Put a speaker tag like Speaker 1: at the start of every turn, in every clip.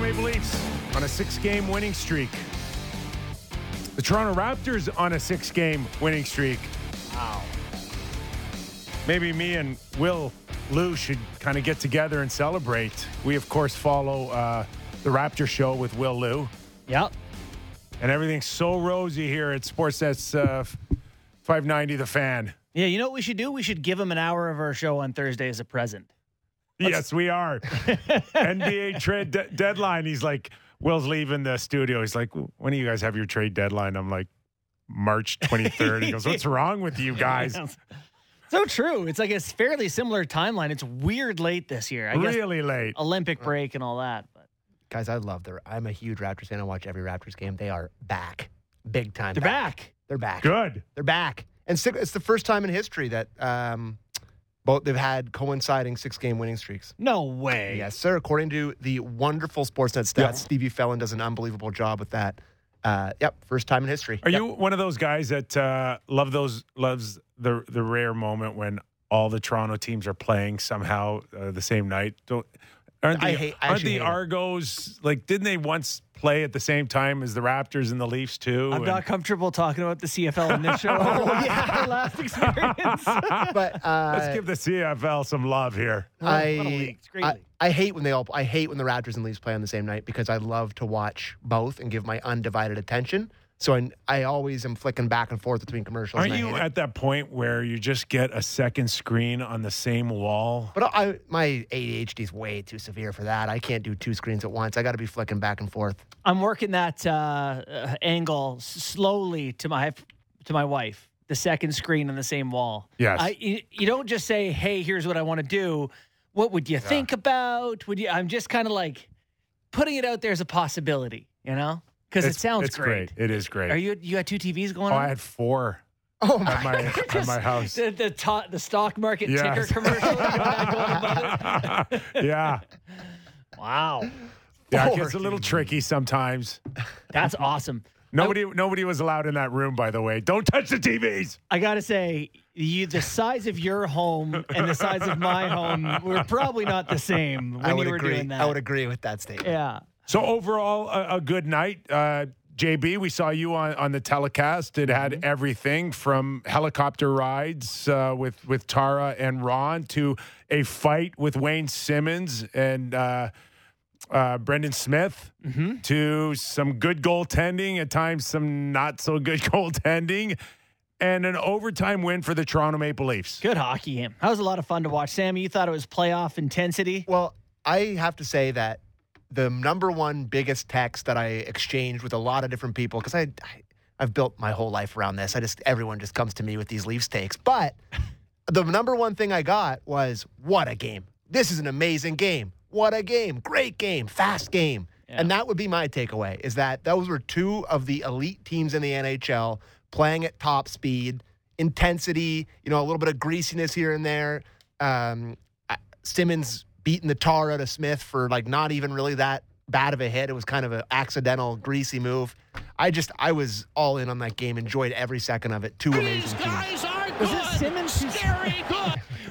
Speaker 1: Maple Leafs on a six game winning streak. The Toronto Raptors on a six game winning streak. Wow. Maybe me and Will Lou should kind of get together and celebrate. We, of course, follow uh, the Raptor show with Will Lou,
Speaker 2: Yep.
Speaker 1: and everything's so rosy here at Sportsnet's uh, 590 The Fan.
Speaker 2: Yeah, you know what we should do? We should give him an hour of our show on Thursday as a present.
Speaker 1: Yes, we are. NBA trade de- deadline. He's like, Will's leaving the studio. He's like, when do you guys have your trade deadline? I'm like, March 23rd. He goes, what's wrong with you guys?
Speaker 2: So true. It's like a fairly similar timeline. It's weird late this year. I guess
Speaker 1: Really late.
Speaker 2: Olympic break and all that. But
Speaker 3: Guys, I love their. I'm a huge Raptors fan. I watch every Raptors game. They are back, big time.
Speaker 2: they're back.
Speaker 3: They're back.
Speaker 1: Good.
Speaker 3: They're back. And six, it's the first time in history that um, both they've had coinciding six game winning streaks.
Speaker 2: No way.
Speaker 3: Yes, sir. According to the wonderful Sportsnet stats,
Speaker 1: Yeah.
Speaker 3: Stevie Fellin does an unbelievable job with that. Uh, yep, first time in history.
Speaker 1: Are you one of those guys that uh, love those loves the the rare moment when all the Toronto teams are playing somehow uh, the same night? Don't aren't the,
Speaker 3: I hate- I
Speaker 1: aren't
Speaker 3: actually
Speaker 1: the
Speaker 3: hate it.
Speaker 1: Argos like didn't they once play at the same time as the Raptors and the Leafs too?
Speaker 2: I'm
Speaker 1: And-
Speaker 2: not comfortable talking about the CFL in this show. Oh, yeah, last experience.
Speaker 3: But uh,
Speaker 1: Let's give the CFL some love here.
Speaker 2: What a league.
Speaker 3: I,
Speaker 2: It's a great
Speaker 3: I,
Speaker 2: league.
Speaker 3: I hate when they all I hate when the Raptors and Leafs play on the same night because I love to watch both and give my undivided attention. So I, I always am flicking back and forth between commercials.
Speaker 1: Aren't
Speaker 3: and I
Speaker 1: you
Speaker 3: hate it.
Speaker 1: at that point where you just get a second screen on the same wall?
Speaker 3: But I my ADHD is way too severe for that. I can't do two screens at once. I got to be flicking back and forth.
Speaker 2: I'm working that uh, uh, angle s- slowly to my to my wife. The second screen on the same wall.
Speaker 1: Yes.
Speaker 2: I, you, you don't just say, "Hey, here's what I want to do." What would you think about? Would you? I'm just kind of like putting it out there as a possibility, you know? Because it
Speaker 1: It's-
Speaker 2: sounds
Speaker 1: it's great. It is great.
Speaker 2: Are you? You got two TVs going
Speaker 1: oh,
Speaker 2: on?
Speaker 1: I had four
Speaker 3: Oh
Speaker 1: at
Speaker 3: my!
Speaker 1: my at my house.
Speaker 2: the the, to- the stock market
Speaker 1: Yes.
Speaker 2: ticker commercial. you know, that going above it?
Speaker 1: yeah.
Speaker 2: wow,
Speaker 1: Yeah, it
Speaker 3: Four.
Speaker 1: gets a little tricky sometimes.
Speaker 2: that's awesome.
Speaker 1: Nobody, nobody was allowed in that room, by the way. Don't touch the TVs.
Speaker 2: I gotta say, you, the size of your home and the size of my home were probably not the same when
Speaker 3: I would
Speaker 2: you were
Speaker 3: agree.
Speaker 2: doing that.
Speaker 3: I would agree with that statement.
Speaker 2: Yeah.
Speaker 1: So overall, a, a good night. Uh, JB, we saw you on, on the telecast. It had everything from helicopter rides uh, with with Tara and Ron to a fight with Wayne Simmons and uh, uh, Brendan Smith to some good goaltending at times, some not so good goaltending, and an overtime win for the Toronto Maple Leafs.
Speaker 2: Good hockey him. That was a lot of fun to watch. Sammy, you thought it was playoff intensity?
Speaker 3: Well, I have to say that the number one biggest text that I exchanged with a lot of different people because I, I I've built my whole life around this. I just everyone just comes to me with these Leafs takes, but the number one thing I got was what a game. This is an amazing game. What a game. Great game. Fast game. And that would be my takeaway is that those were two of the elite teams in the NHL playing at top speed, intensity, you know, a little bit of greasiness here and there. Um, I- Simmons beating the tar out of Smith for like not even really that bad of a hit. It was kind of an accidental, greasy move. I just, I was all in on that game, enjoyed every second of it. Two amazing teams.
Speaker 2: Was it Simmons who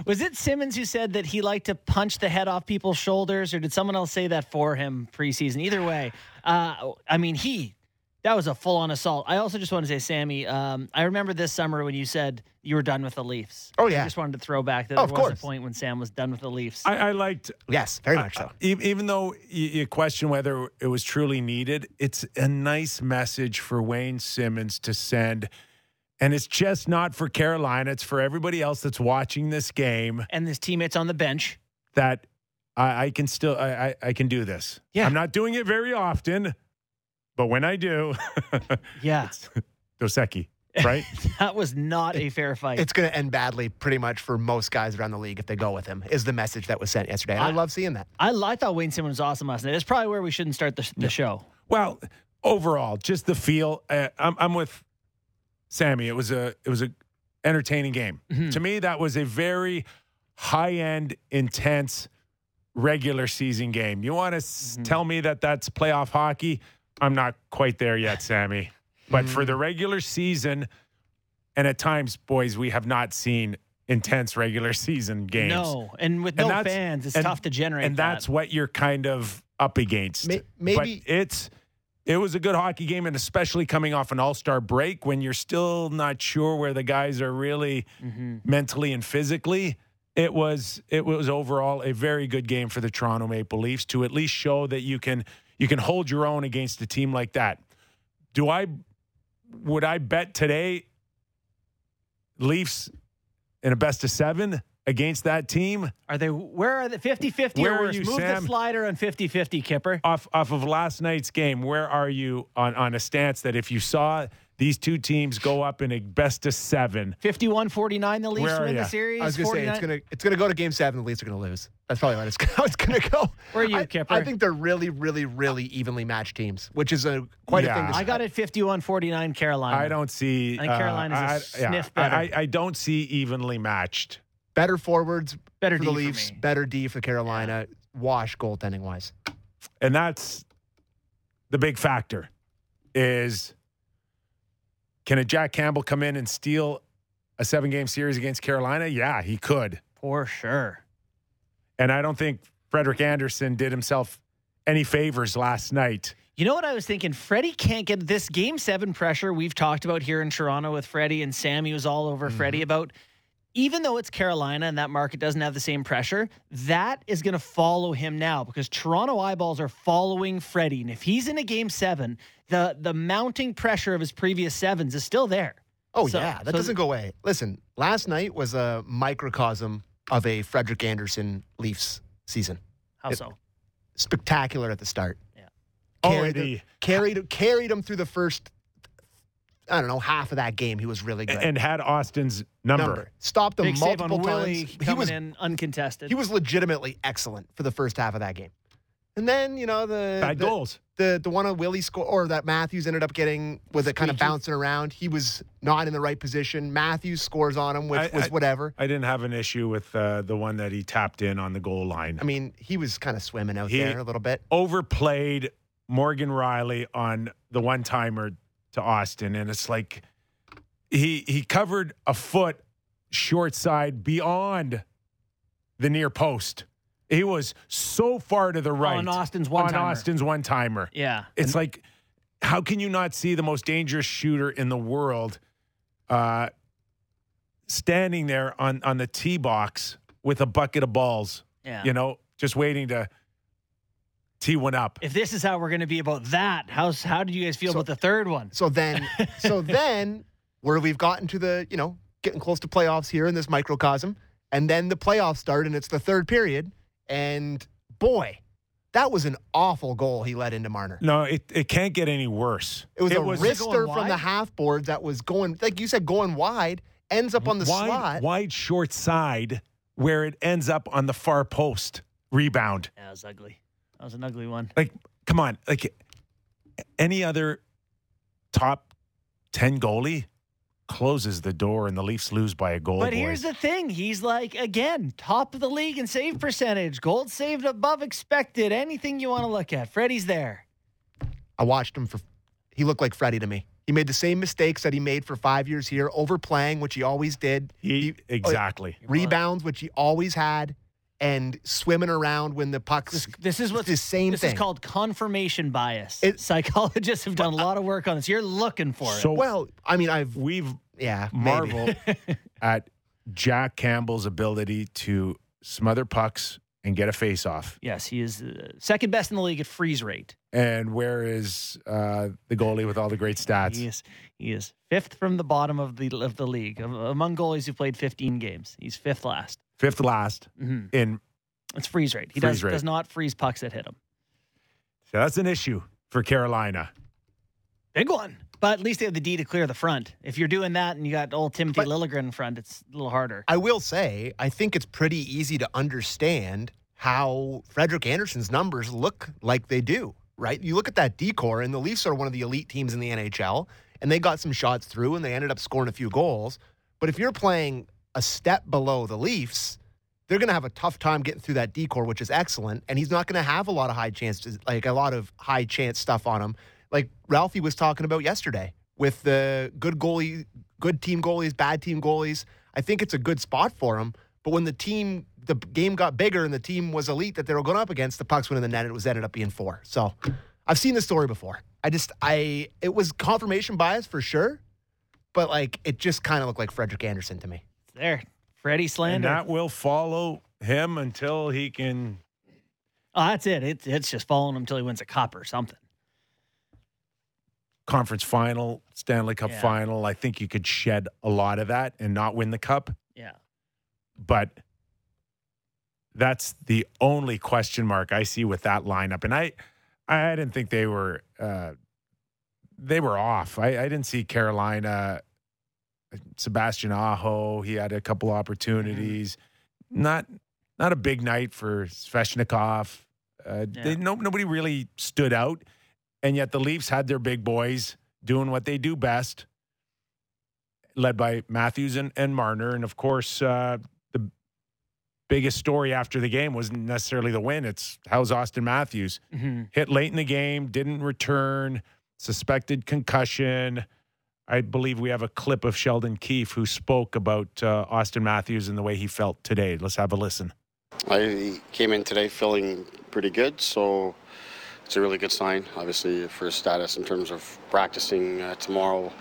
Speaker 2: Was it Simmons who said that he liked to punch the head off people's shoulders, or did someone else say that for him preseason? Either way, uh, I mean, he that was a full on assault. I also just want to say, Sammy, um, I remember this summer when you said you were done with the Leafs.
Speaker 3: Oh,
Speaker 2: I
Speaker 3: yeah.
Speaker 2: just wanted to throw back that there
Speaker 3: Oh, of
Speaker 2: was
Speaker 3: course.
Speaker 2: a point when Sam was done with the Leafs.
Speaker 1: I, I liked
Speaker 3: Yes, very much
Speaker 2: Uh,
Speaker 3: so.
Speaker 1: E- Even though you, you question whether it was truly needed, it's a nice message for Wayne Simmons to send. And it's just not for Carolina, it's for everybody else that's watching this game
Speaker 2: and his teammates on the bench.
Speaker 1: that I, I can still I, I, I can do this.
Speaker 2: Yeah.
Speaker 1: I'm not doing it very often, but when I do,
Speaker 2: Yeah,
Speaker 1: Doseki, right?
Speaker 2: that was not a fair fight.
Speaker 3: it's going to end badly pretty much for most guys around the league if they go with him is the message that was sent yesterday and i,
Speaker 2: I-
Speaker 3: love seeing that
Speaker 2: I, I thought Wayne Simmons was awesome last night. That's probably where we shouldn't start the, the show.
Speaker 1: Well, overall, just the feel. Uh, I'm, I'm with Sammy. It was a it was a entertaining game.
Speaker 2: Mm-hmm.
Speaker 1: To me, that was a very high end, intense regular season game. You want to s-
Speaker 2: Mm-hmm.
Speaker 1: tell me that that's playoff hockey? I'm not quite there yet, Sammy.
Speaker 2: Mm-hmm.
Speaker 1: But for the regular season, and at times, boys, we have not seen intense regular season games.
Speaker 2: No, and with
Speaker 1: And
Speaker 2: no
Speaker 1: that's-
Speaker 2: fans, it's
Speaker 1: and-
Speaker 2: tough to generate.
Speaker 1: and that's
Speaker 2: that.
Speaker 1: what you're kind of up against.
Speaker 3: May- maybe-
Speaker 1: but it's it was a good hockey game, and especially coming off an All Star break when you're still not sure where the guys are really
Speaker 3: Mm-hmm.
Speaker 2: Mhm.
Speaker 1: mentally and physically. It was it was overall a very good game for the Toronto Maple Leafs to at least show that you can you can hold your own against a team like that. Do I would I bet today Leafs in a best of seven against that team?
Speaker 2: Are they? Where are the 50-50
Speaker 1: Where
Speaker 2: or
Speaker 1: are
Speaker 2: worse?
Speaker 1: you,
Speaker 2: Move
Speaker 1: Sam?
Speaker 2: the slider on 50-50, Kipper.
Speaker 1: off off of last night's game, where are you on on a stance that if you saw these two teams go up in a best of seven,
Speaker 2: 51-49, the Leafs
Speaker 1: Where are
Speaker 2: win the
Speaker 1: ya?
Speaker 2: series.
Speaker 3: I was gonna say it's
Speaker 2: 49
Speaker 3: gonna it's gonna go to game seven. The Leafs are gonna lose. That's probably how it's, how it's gonna go.
Speaker 2: Where are you,
Speaker 3: I,
Speaker 2: Kipper?
Speaker 3: I think they're really, really, really evenly matched teams, which is a quite a
Speaker 1: Yeah.
Speaker 3: thing. To
Speaker 2: I got it 51-49 Carolina.
Speaker 1: I don't see. uh,
Speaker 2: I think Carolina's a
Speaker 1: I- I-
Speaker 2: sniff
Speaker 1: I-
Speaker 2: better.
Speaker 1: I, I don't see evenly matched.
Speaker 3: better forwards,
Speaker 2: Better
Speaker 3: for
Speaker 2: D
Speaker 3: the
Speaker 2: for
Speaker 3: Leafs,
Speaker 2: me.
Speaker 3: better D for Carolina. Wash goaltending wise.
Speaker 1: and that's the big factor is can a Jack Campbell come in and steal a seven game series against Carolina? Yeah, he could.
Speaker 2: For sure.
Speaker 1: And I don't think Frederick Anderson did himself any favors last night.
Speaker 2: You know what I was thinking? Freddie can't get this game seven pressure we've talked about here in Toronto with Freddie, and Sammy was all over Freddie about. Even though it's Carolina and that market doesn't have the same pressure, that is going to follow him now because Toronto eyeballs are following Freddie. And if he's in a game seven, the the mounting pressure of his previous sevens is still there.
Speaker 3: Oh
Speaker 2: So-
Speaker 3: yeah, that
Speaker 2: so-
Speaker 3: doesn't go away. Listen, last night was a microcosm of a Frederick Anderson Leafs season.
Speaker 2: How
Speaker 3: It-
Speaker 2: so?
Speaker 3: Spectacular at the start.
Speaker 2: Yeah.
Speaker 1: Already.
Speaker 3: Carried him- carried carried him through the first. I don't know half of that game. He was really good.
Speaker 1: and had Austin's number.
Speaker 3: stopped him
Speaker 2: Big save on
Speaker 3: multiple
Speaker 2: Willie
Speaker 3: times. He
Speaker 2: coming
Speaker 3: was
Speaker 2: in uncontested.
Speaker 3: he was legitimately excellent for the first half of that game. And then you know the
Speaker 1: Bad
Speaker 3: the,
Speaker 1: goals.
Speaker 3: the the one that Willie score or that Matthews ended up getting was it kind of
Speaker 2: Squeaky.
Speaker 3: bouncing around. He was not in the right position. Matthews scores on him, which
Speaker 1: I-
Speaker 3: was
Speaker 1: I-
Speaker 3: whatever.
Speaker 1: I didn't have an issue with uh, the one that he tapped in on the goal line.
Speaker 3: I mean, he was kind of swimming out
Speaker 1: He-
Speaker 3: there a little bit.
Speaker 1: Overplayed Morgan Riley on the one timer to Austin, and it's like he he covered a foot short side beyond the near post. He was so far to the right
Speaker 2: on Austin's one
Speaker 1: on Austin's one timer.
Speaker 2: Yeah.
Speaker 1: It's like, how can you not see the most dangerous shooter in the world uh, standing there on, on the tee box with a bucket of balls,
Speaker 2: Yeah.
Speaker 1: you know, just waiting to tee one up?
Speaker 2: if this is how we're going to be about that, how's how did you guys feel
Speaker 3: So-
Speaker 2: about the third one?
Speaker 3: So then, so then, where we've gotten to the you know getting close to playoffs here in this microcosm, and then the playoffs start, and it's the third period, and boy, that was an awful goal he let into Marner.
Speaker 1: No, it, it can't get any worse.
Speaker 3: It was a
Speaker 2: Going
Speaker 3: wrister
Speaker 2: wide?
Speaker 3: from the half board that was going, like you said, going wide, ends up on the
Speaker 1: wide,
Speaker 3: slot.
Speaker 1: wide short side where it ends up on the far post rebound.
Speaker 2: Yeah, it was ugly. That was an ugly one.
Speaker 1: Like, come on. Like, any other top 10 goalie closes the door and the Leafs lose by a goal.
Speaker 2: But
Speaker 1: boys.
Speaker 2: here's the thing. He's like, again, top of the league in save percentage, gold saved above expected, anything you want to look at. Freddie's there.
Speaker 3: I watched him for, he looked like Freddie to me. He made the same mistakes that he made for five years here, overplaying, which he always did,
Speaker 1: He,
Speaker 2: Oh,
Speaker 1: exactly.
Speaker 3: rebounds, which he always had, and swimming around when the pucks.
Speaker 2: This, this is what's
Speaker 3: It's the same
Speaker 2: This is
Speaker 3: thing.
Speaker 2: called confirmation bias.
Speaker 3: It-
Speaker 2: Psychologists have done a lot of work on this. You're looking for it.
Speaker 1: So
Speaker 3: Well, I mean, I've,
Speaker 1: we've
Speaker 3: yeah, maybe.
Speaker 1: marveled at Jack Campbell's ability to smother pucks and get a face off.
Speaker 2: yes, he is uh, second best in the league at freeze rate.
Speaker 1: And where is uh, the goalie with all the great stats?
Speaker 2: He is he is fifth from the bottom of the of the league Of- among goalies who played 15 games. He's fifth last.
Speaker 1: Fifth last
Speaker 2: Mhm.
Speaker 1: in.
Speaker 2: It's freeze rate. He
Speaker 1: Freeze
Speaker 2: does
Speaker 1: rate.
Speaker 2: does not freeze pucks that hit him.
Speaker 1: So that's an issue for Carolina.
Speaker 2: Big one. But at least they have the D to clear the front. If you're doing that and you got old Timothy Lilligren in front, it's a little harder.
Speaker 3: I will say, I think it's pretty easy to understand how Frederick Anderson's numbers look like they do, right? You look at that decor, and the Leafs are one of the elite teams in the NHL, and they got some shots through and they ended up scoring a few goals. But if you're playing a step below the Leafs, they're going to have a tough time getting through that decor, which is excellent. And he's not going to have a lot of high chances, like a lot of high chance stuff on him. Like Ralphie was talking about yesterday with the good goalie, good team goalies, bad team goalies. I think it's a good spot for him. But when the team, the game got bigger and the team was elite that they were going up against, the pucks went in the net. It was ended up being four. So I've seen this story before. I just, I, it was confirmation bias for sure, but like it just kind of looked like Frederick Anderson to me.
Speaker 2: There, Freddie
Speaker 1: And
Speaker 2: Slander.
Speaker 1: that will follow him until he can.
Speaker 2: oh, that's it. it. It's just following him until he wins a cup or something.
Speaker 1: Conference final, Stanley Cup
Speaker 2: Yeah.
Speaker 1: final. I think you could shed a lot of that and not win the cup.
Speaker 2: Yeah.
Speaker 1: but that's the only question mark I see with that lineup. And I, I didn't think they were, uh, they were off. I, I didn't see Carolina, uh, Sebastian Aho. He had a couple opportunities. Not, not a big night for Sveshnikov. Uh,
Speaker 2: Yeah.
Speaker 1: they, no, nobody really stood out, and yet the Leafs had their big boys doing what they do best, led by Matthews and, and Marner. And of course, uh, the biggest story after the game wasn't necessarily the win. It's how's Austin Matthews
Speaker 2: Mhm.
Speaker 1: hit late in the game, didn't return, suspected concussion. I believe we have a clip of Sheldon Keefe who spoke about uh, Austin Matthews and the way he felt today. Let's have a listen.
Speaker 4: I came in today feeling pretty good, so it's a really good sign. Obviously, for his status in terms of practicing uh, tomorrow,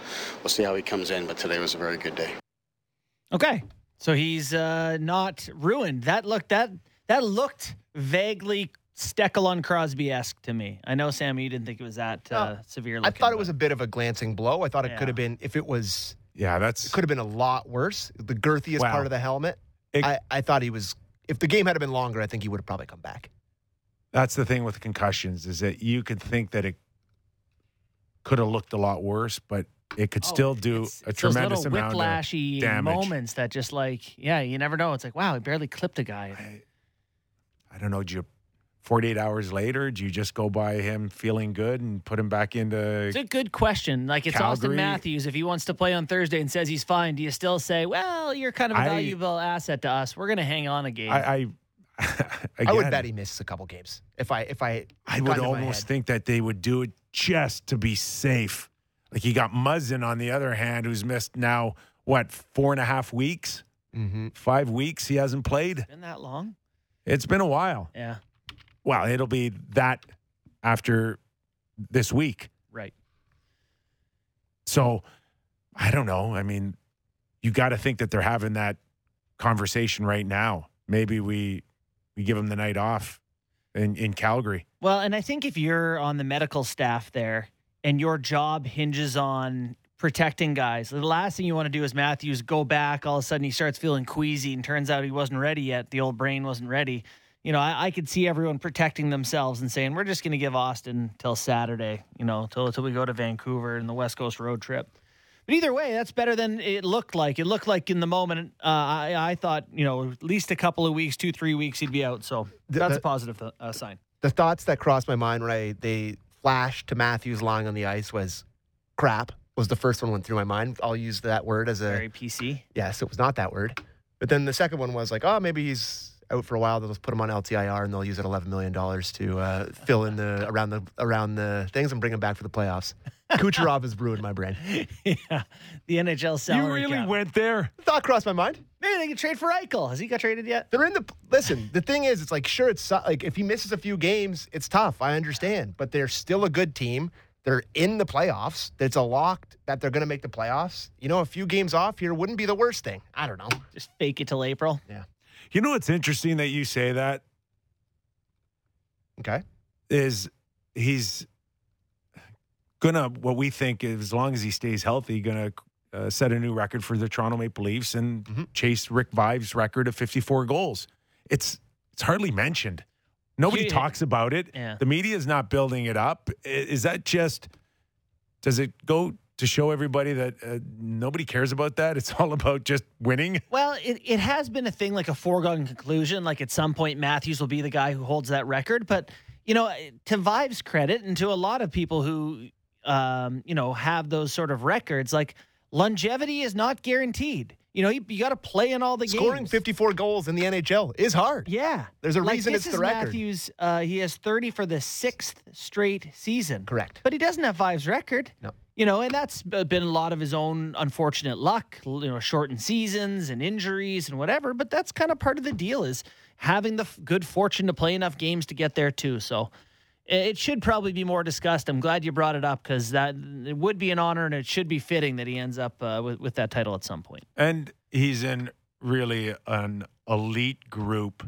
Speaker 4: we'll see how he comes in. But today was a very good day.
Speaker 2: Okay. So he's uh, not ruined. That looked that that looked vaguely Stekelon Crosby esque to me. I know Sam, you didn't think it was that uh, severe.
Speaker 3: I
Speaker 2: Looking,
Speaker 3: thought it
Speaker 2: but-
Speaker 3: was a bit of a glancing blow. I thought it
Speaker 2: Yeah.
Speaker 3: could have been, if it was,
Speaker 1: Yeah, that's
Speaker 3: it could have been a lot worse. The girthiest
Speaker 1: Wow.
Speaker 3: part of the helmet.
Speaker 1: It-
Speaker 3: I, I thought he was, if the game had been longer, I think he would have probably come back.
Speaker 1: that's the thing with concussions is that you could think that it could have looked a lot worse, but it could
Speaker 2: Oh,
Speaker 1: still do
Speaker 2: it's-
Speaker 1: a
Speaker 2: it's those
Speaker 1: tremendous
Speaker 2: little
Speaker 1: amount of
Speaker 2: whiplashy
Speaker 1: damage.
Speaker 2: moments that just like yeah, you never know. It's like wow, he barely clipped a guy.
Speaker 1: I, I don't know. Do you 48 hours later, do you just go by him feeling good and put him back into
Speaker 2: It's a good question. Like it's Austin
Speaker 1: Calgary-
Speaker 2: Matthews. If he wants to play on Thursday and says he's fine, do you still say, "Well, you're kind of a
Speaker 1: I-
Speaker 2: valuable asset to us. We're going to hang on a game."
Speaker 1: I, I, again,
Speaker 3: I would bet he misses a couple games. If I, if I,
Speaker 1: I
Speaker 3: gun
Speaker 1: would
Speaker 3: to my
Speaker 1: almost
Speaker 3: head.
Speaker 1: think that they would do it just to be safe. Like you got Muzzin on the other hand, who's missed now what four and a half weeks,
Speaker 3: Mm-hmm.
Speaker 1: five weeks. He hasn't played.
Speaker 2: Been that long?
Speaker 1: It's been a while.
Speaker 2: Yeah.
Speaker 1: Well, it'll be that after this week.
Speaker 2: Right.
Speaker 1: So I don't know. I mean, you got to think that they're having that conversation right now. Maybe we we give them the night off in in Calgary.
Speaker 2: Well, and I think if you're on the medical staff there and your job hinges on protecting guys, the last thing you want to do is Matthews go back. All of a sudden, he starts feeling queasy and turns out he wasn't ready yet. The old brain wasn't ready. You know, I, I could see everyone protecting themselves and saying, we're just going to give Austin till Saturday, you know, till, till we go to Vancouver and the West Coast road trip. But either way, that's better than it looked like. It looked like in the moment, uh, I, I thought, you know, at least a couple of weeks, two, three weeks, he'd be out. So that's a positive uh, sign.
Speaker 3: The thoughts that crossed my mind when I they flashed to Matthews lying on the ice was crap. Was the first one went through my mind. I'll use that word as a
Speaker 2: Very PC.
Speaker 3: yes. It was not that word, but then the second one was like, oh, maybe he's out for a while. They'll just put him on LTIR and they'll use it eleven million dollars to uh, fill in the around the around the things and bring him back for the playoffs. Kucherov has ruined my brain.
Speaker 2: yeah, the NHL salary cap.
Speaker 1: went there.
Speaker 3: Thought crossed my mind.
Speaker 2: Maybe they could trade for Eichel. Has he got traded yet?
Speaker 3: They're in the listen. The thing is, it's like sure, it's su- like if he misses a few games, it's tough. I understand, but they're still a good team. They're in the playoffs. It's a locked that they're going to make the playoffs. You know, a few games off here wouldn't be the worst thing. I don't know.
Speaker 2: Just fake it till April.
Speaker 1: You know what's interesting that you say that
Speaker 3: Okay,
Speaker 1: is he's gonna what we think is, as long as he stays healthy, gonna uh, set a new record for the Toronto Maple Leafs and
Speaker 2: Mm-hmm.
Speaker 3: Mhm.
Speaker 1: chase Rick Vive's record of 54 goals. It's it's hardly mentioned. Nobody
Speaker 2: Yeah.
Speaker 1: talks about it.
Speaker 2: Yeah.
Speaker 1: The media is not building it up. I- Is that just does it go to show everybody that uh, nobody cares about that? It's all about just winning.
Speaker 2: Well, it, it has been a thing like a foregone conclusion. Like at some point, Matthews will be the guy who holds that record. But, you know, to Vive's credit and to a lot of people who, um, you know, have those sort of records, like longevity is not guaranteed. You know, you, you got to play in all the
Speaker 3: Scoring
Speaker 2: games.
Speaker 3: 54 goals in the NHL is hard.
Speaker 2: Yeah.
Speaker 3: There's a
Speaker 2: Like,
Speaker 3: reason
Speaker 2: this
Speaker 3: it's the
Speaker 2: is
Speaker 3: record.
Speaker 2: Matthews, uh, he has 30 for the sixth straight season.
Speaker 3: Correct.
Speaker 2: But he doesn't have fives record.
Speaker 3: No.
Speaker 2: You know, and that's b- been a lot of his own unfortunate luck, l- you know, shortened seasons and injuries and whatever. But that's kind of part of the deal is having the f- good fortune to play enough games to get there too. So i- it should probably be more discussed. I'm glad you brought it up because that it would be an honor and it should be fitting that he ends up uh, with, with that title at some point.
Speaker 1: And he's in really an elite group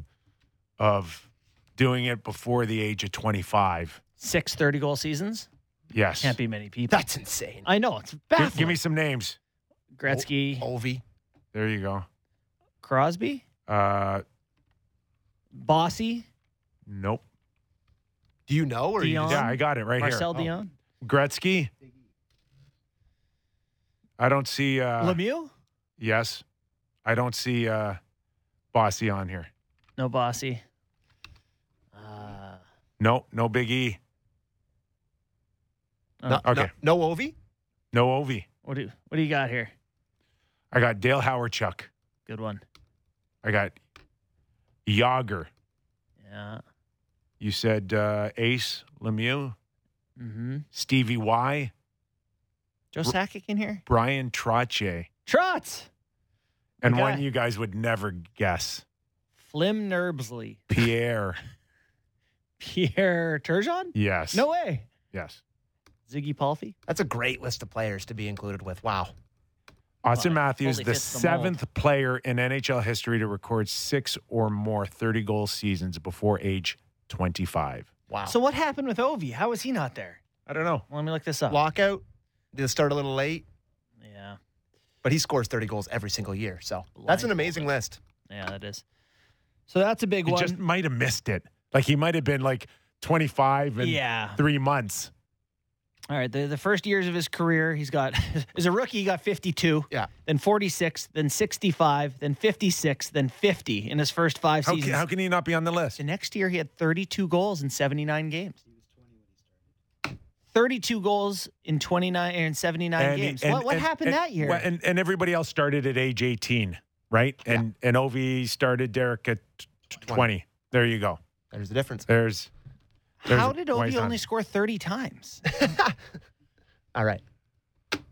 Speaker 1: of doing it before the age of 25.
Speaker 2: Six 30 goal seasons
Speaker 1: Yes.
Speaker 2: can't be many people.
Speaker 3: That's insane.
Speaker 2: I know it's
Speaker 1: Gi-
Speaker 2: baffling.
Speaker 1: give, me some names.
Speaker 2: Gretzky,
Speaker 1: Oh,
Speaker 3: Ovi.
Speaker 1: There you go.
Speaker 2: Crosby,
Speaker 1: Uh,
Speaker 2: Bossy,
Speaker 1: nope.
Speaker 3: Do you know? Or you
Speaker 2: Dion.
Speaker 3: just-
Speaker 1: Yeah, I got it right
Speaker 2: Marcel
Speaker 1: here.
Speaker 2: Dion,
Speaker 1: Oh. Gretzky. I don't see. Uh,
Speaker 2: Lemieux.
Speaker 1: yes. I don't see uh, Bossy on here.
Speaker 2: No Bossy. Uh,
Speaker 1: No, no Big E.
Speaker 3: no, no-
Speaker 1: Uh, Okay.
Speaker 3: No, Ovi?
Speaker 1: No Ovi.
Speaker 2: what do what do you got here?
Speaker 1: I got Dale Howard Chuck.
Speaker 2: Good one.
Speaker 1: I got Yager.
Speaker 2: Yeah.
Speaker 1: You said uh, Ace Lemieux,
Speaker 2: Mm-hmm.
Speaker 1: Stevie Y,
Speaker 2: Joe Sakic in here.
Speaker 1: Brian Trache,
Speaker 2: Trotz.
Speaker 1: and
Speaker 2: Okay.
Speaker 1: one you guys would never guess,
Speaker 2: Flim Nerbsley.
Speaker 1: Pierre.
Speaker 2: Pierre Turgeon.
Speaker 1: yes.
Speaker 2: No way.
Speaker 1: Yes.
Speaker 2: Ziggy Palfy.
Speaker 3: That's a great list of players to be included with. Wow.
Speaker 1: Austin
Speaker 2: Well, it
Speaker 1: Matthews,
Speaker 2: fully
Speaker 1: the
Speaker 2: fits the mold.
Speaker 1: seventh player in NHL history to record six or more 30 goal seasons before age 25.
Speaker 3: Wow.
Speaker 2: So what happened with Ovi? How was he not there?
Speaker 1: I don't know.
Speaker 2: Let me look this up.
Speaker 3: lockout, they start a little late,
Speaker 2: Yeah.
Speaker 3: but he scores 30 goals every single year. So that's an amazing list.
Speaker 2: Yeah, that is. So that's a big
Speaker 1: He
Speaker 2: one.
Speaker 1: just might have missed it. Like he might have been like 25 in
Speaker 2: yeah.
Speaker 1: three months.
Speaker 2: All right, the, the first years of his career, he's got as a rookie, he got 52,
Speaker 3: Yeah.
Speaker 2: then 46, then 65, then 56, then 50 in his first five
Speaker 1: How can,
Speaker 2: seasons.
Speaker 1: how can he not be on the list?
Speaker 2: the next year, he had 32 goals in 79 games. 32 goals in 29 in 79 games. what what
Speaker 1: and-
Speaker 2: happened
Speaker 1: and-
Speaker 2: that year?
Speaker 1: well, And, and everybody else started at age 18, right? And and Ovi started Derek at t- 20. There you go.
Speaker 3: There's the difference.
Speaker 1: There's there's
Speaker 2: how did
Speaker 1: why he's
Speaker 2: Obi
Speaker 1: on.
Speaker 2: only score 30 times?
Speaker 3: All right.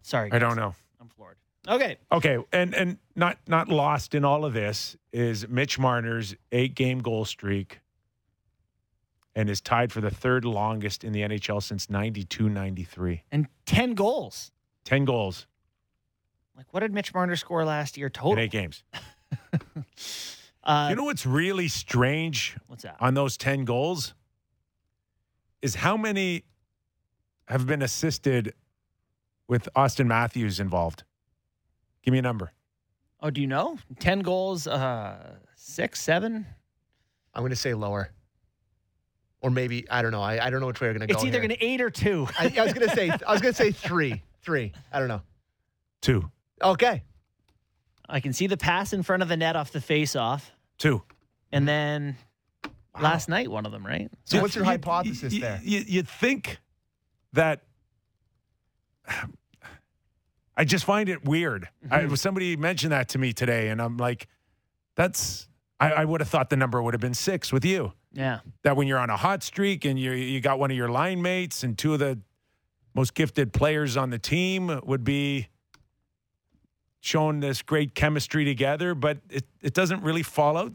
Speaker 2: Sorry,
Speaker 1: I
Speaker 2: guys.
Speaker 1: don't know.
Speaker 2: I'm floored. Okay,
Speaker 1: Okay, and and not not lost in all of this is Mitch Marner's eight game goal streak and is tied for the third longest in the NHL since 92 93.
Speaker 2: and 10 goals.
Speaker 1: 10 goals
Speaker 2: Like what did Mitch Marner score last year total?
Speaker 1: in eight games.
Speaker 2: Uh,
Speaker 1: you know what's really strange
Speaker 2: what's that?
Speaker 1: on those 10 goals is how many have been assisted with Austin Matthews involved? Give me a number.
Speaker 2: Oh, do you know? 10 goals, uh, six, seven.
Speaker 3: I'm going to say lower. Or maybe, I don't know. I, I don't know which way we're going to go.
Speaker 2: It's either
Speaker 3: here.
Speaker 2: going to eight or two.
Speaker 3: I, I was going to say, I was going to say three. Three. I don't know.
Speaker 1: Two.
Speaker 3: Okay.
Speaker 2: I can see the pass in front of the net off the face off.
Speaker 1: Two.
Speaker 2: And then last night, one of them, right?
Speaker 3: So what's your
Speaker 1: You-
Speaker 3: hypothesis
Speaker 1: you-
Speaker 3: there?
Speaker 1: You, you'd think that. I just find it weird.
Speaker 3: Mm-hmm.
Speaker 1: I, somebody mentioned that to me today, and I'm like, that's. I, I would have thought the number would have been six with you.
Speaker 2: Yeah.
Speaker 1: that when you're on a hot streak and you you got one of your line mates and two of the most gifted players on the team would be shown this great chemistry together, but it, it doesn't really fall out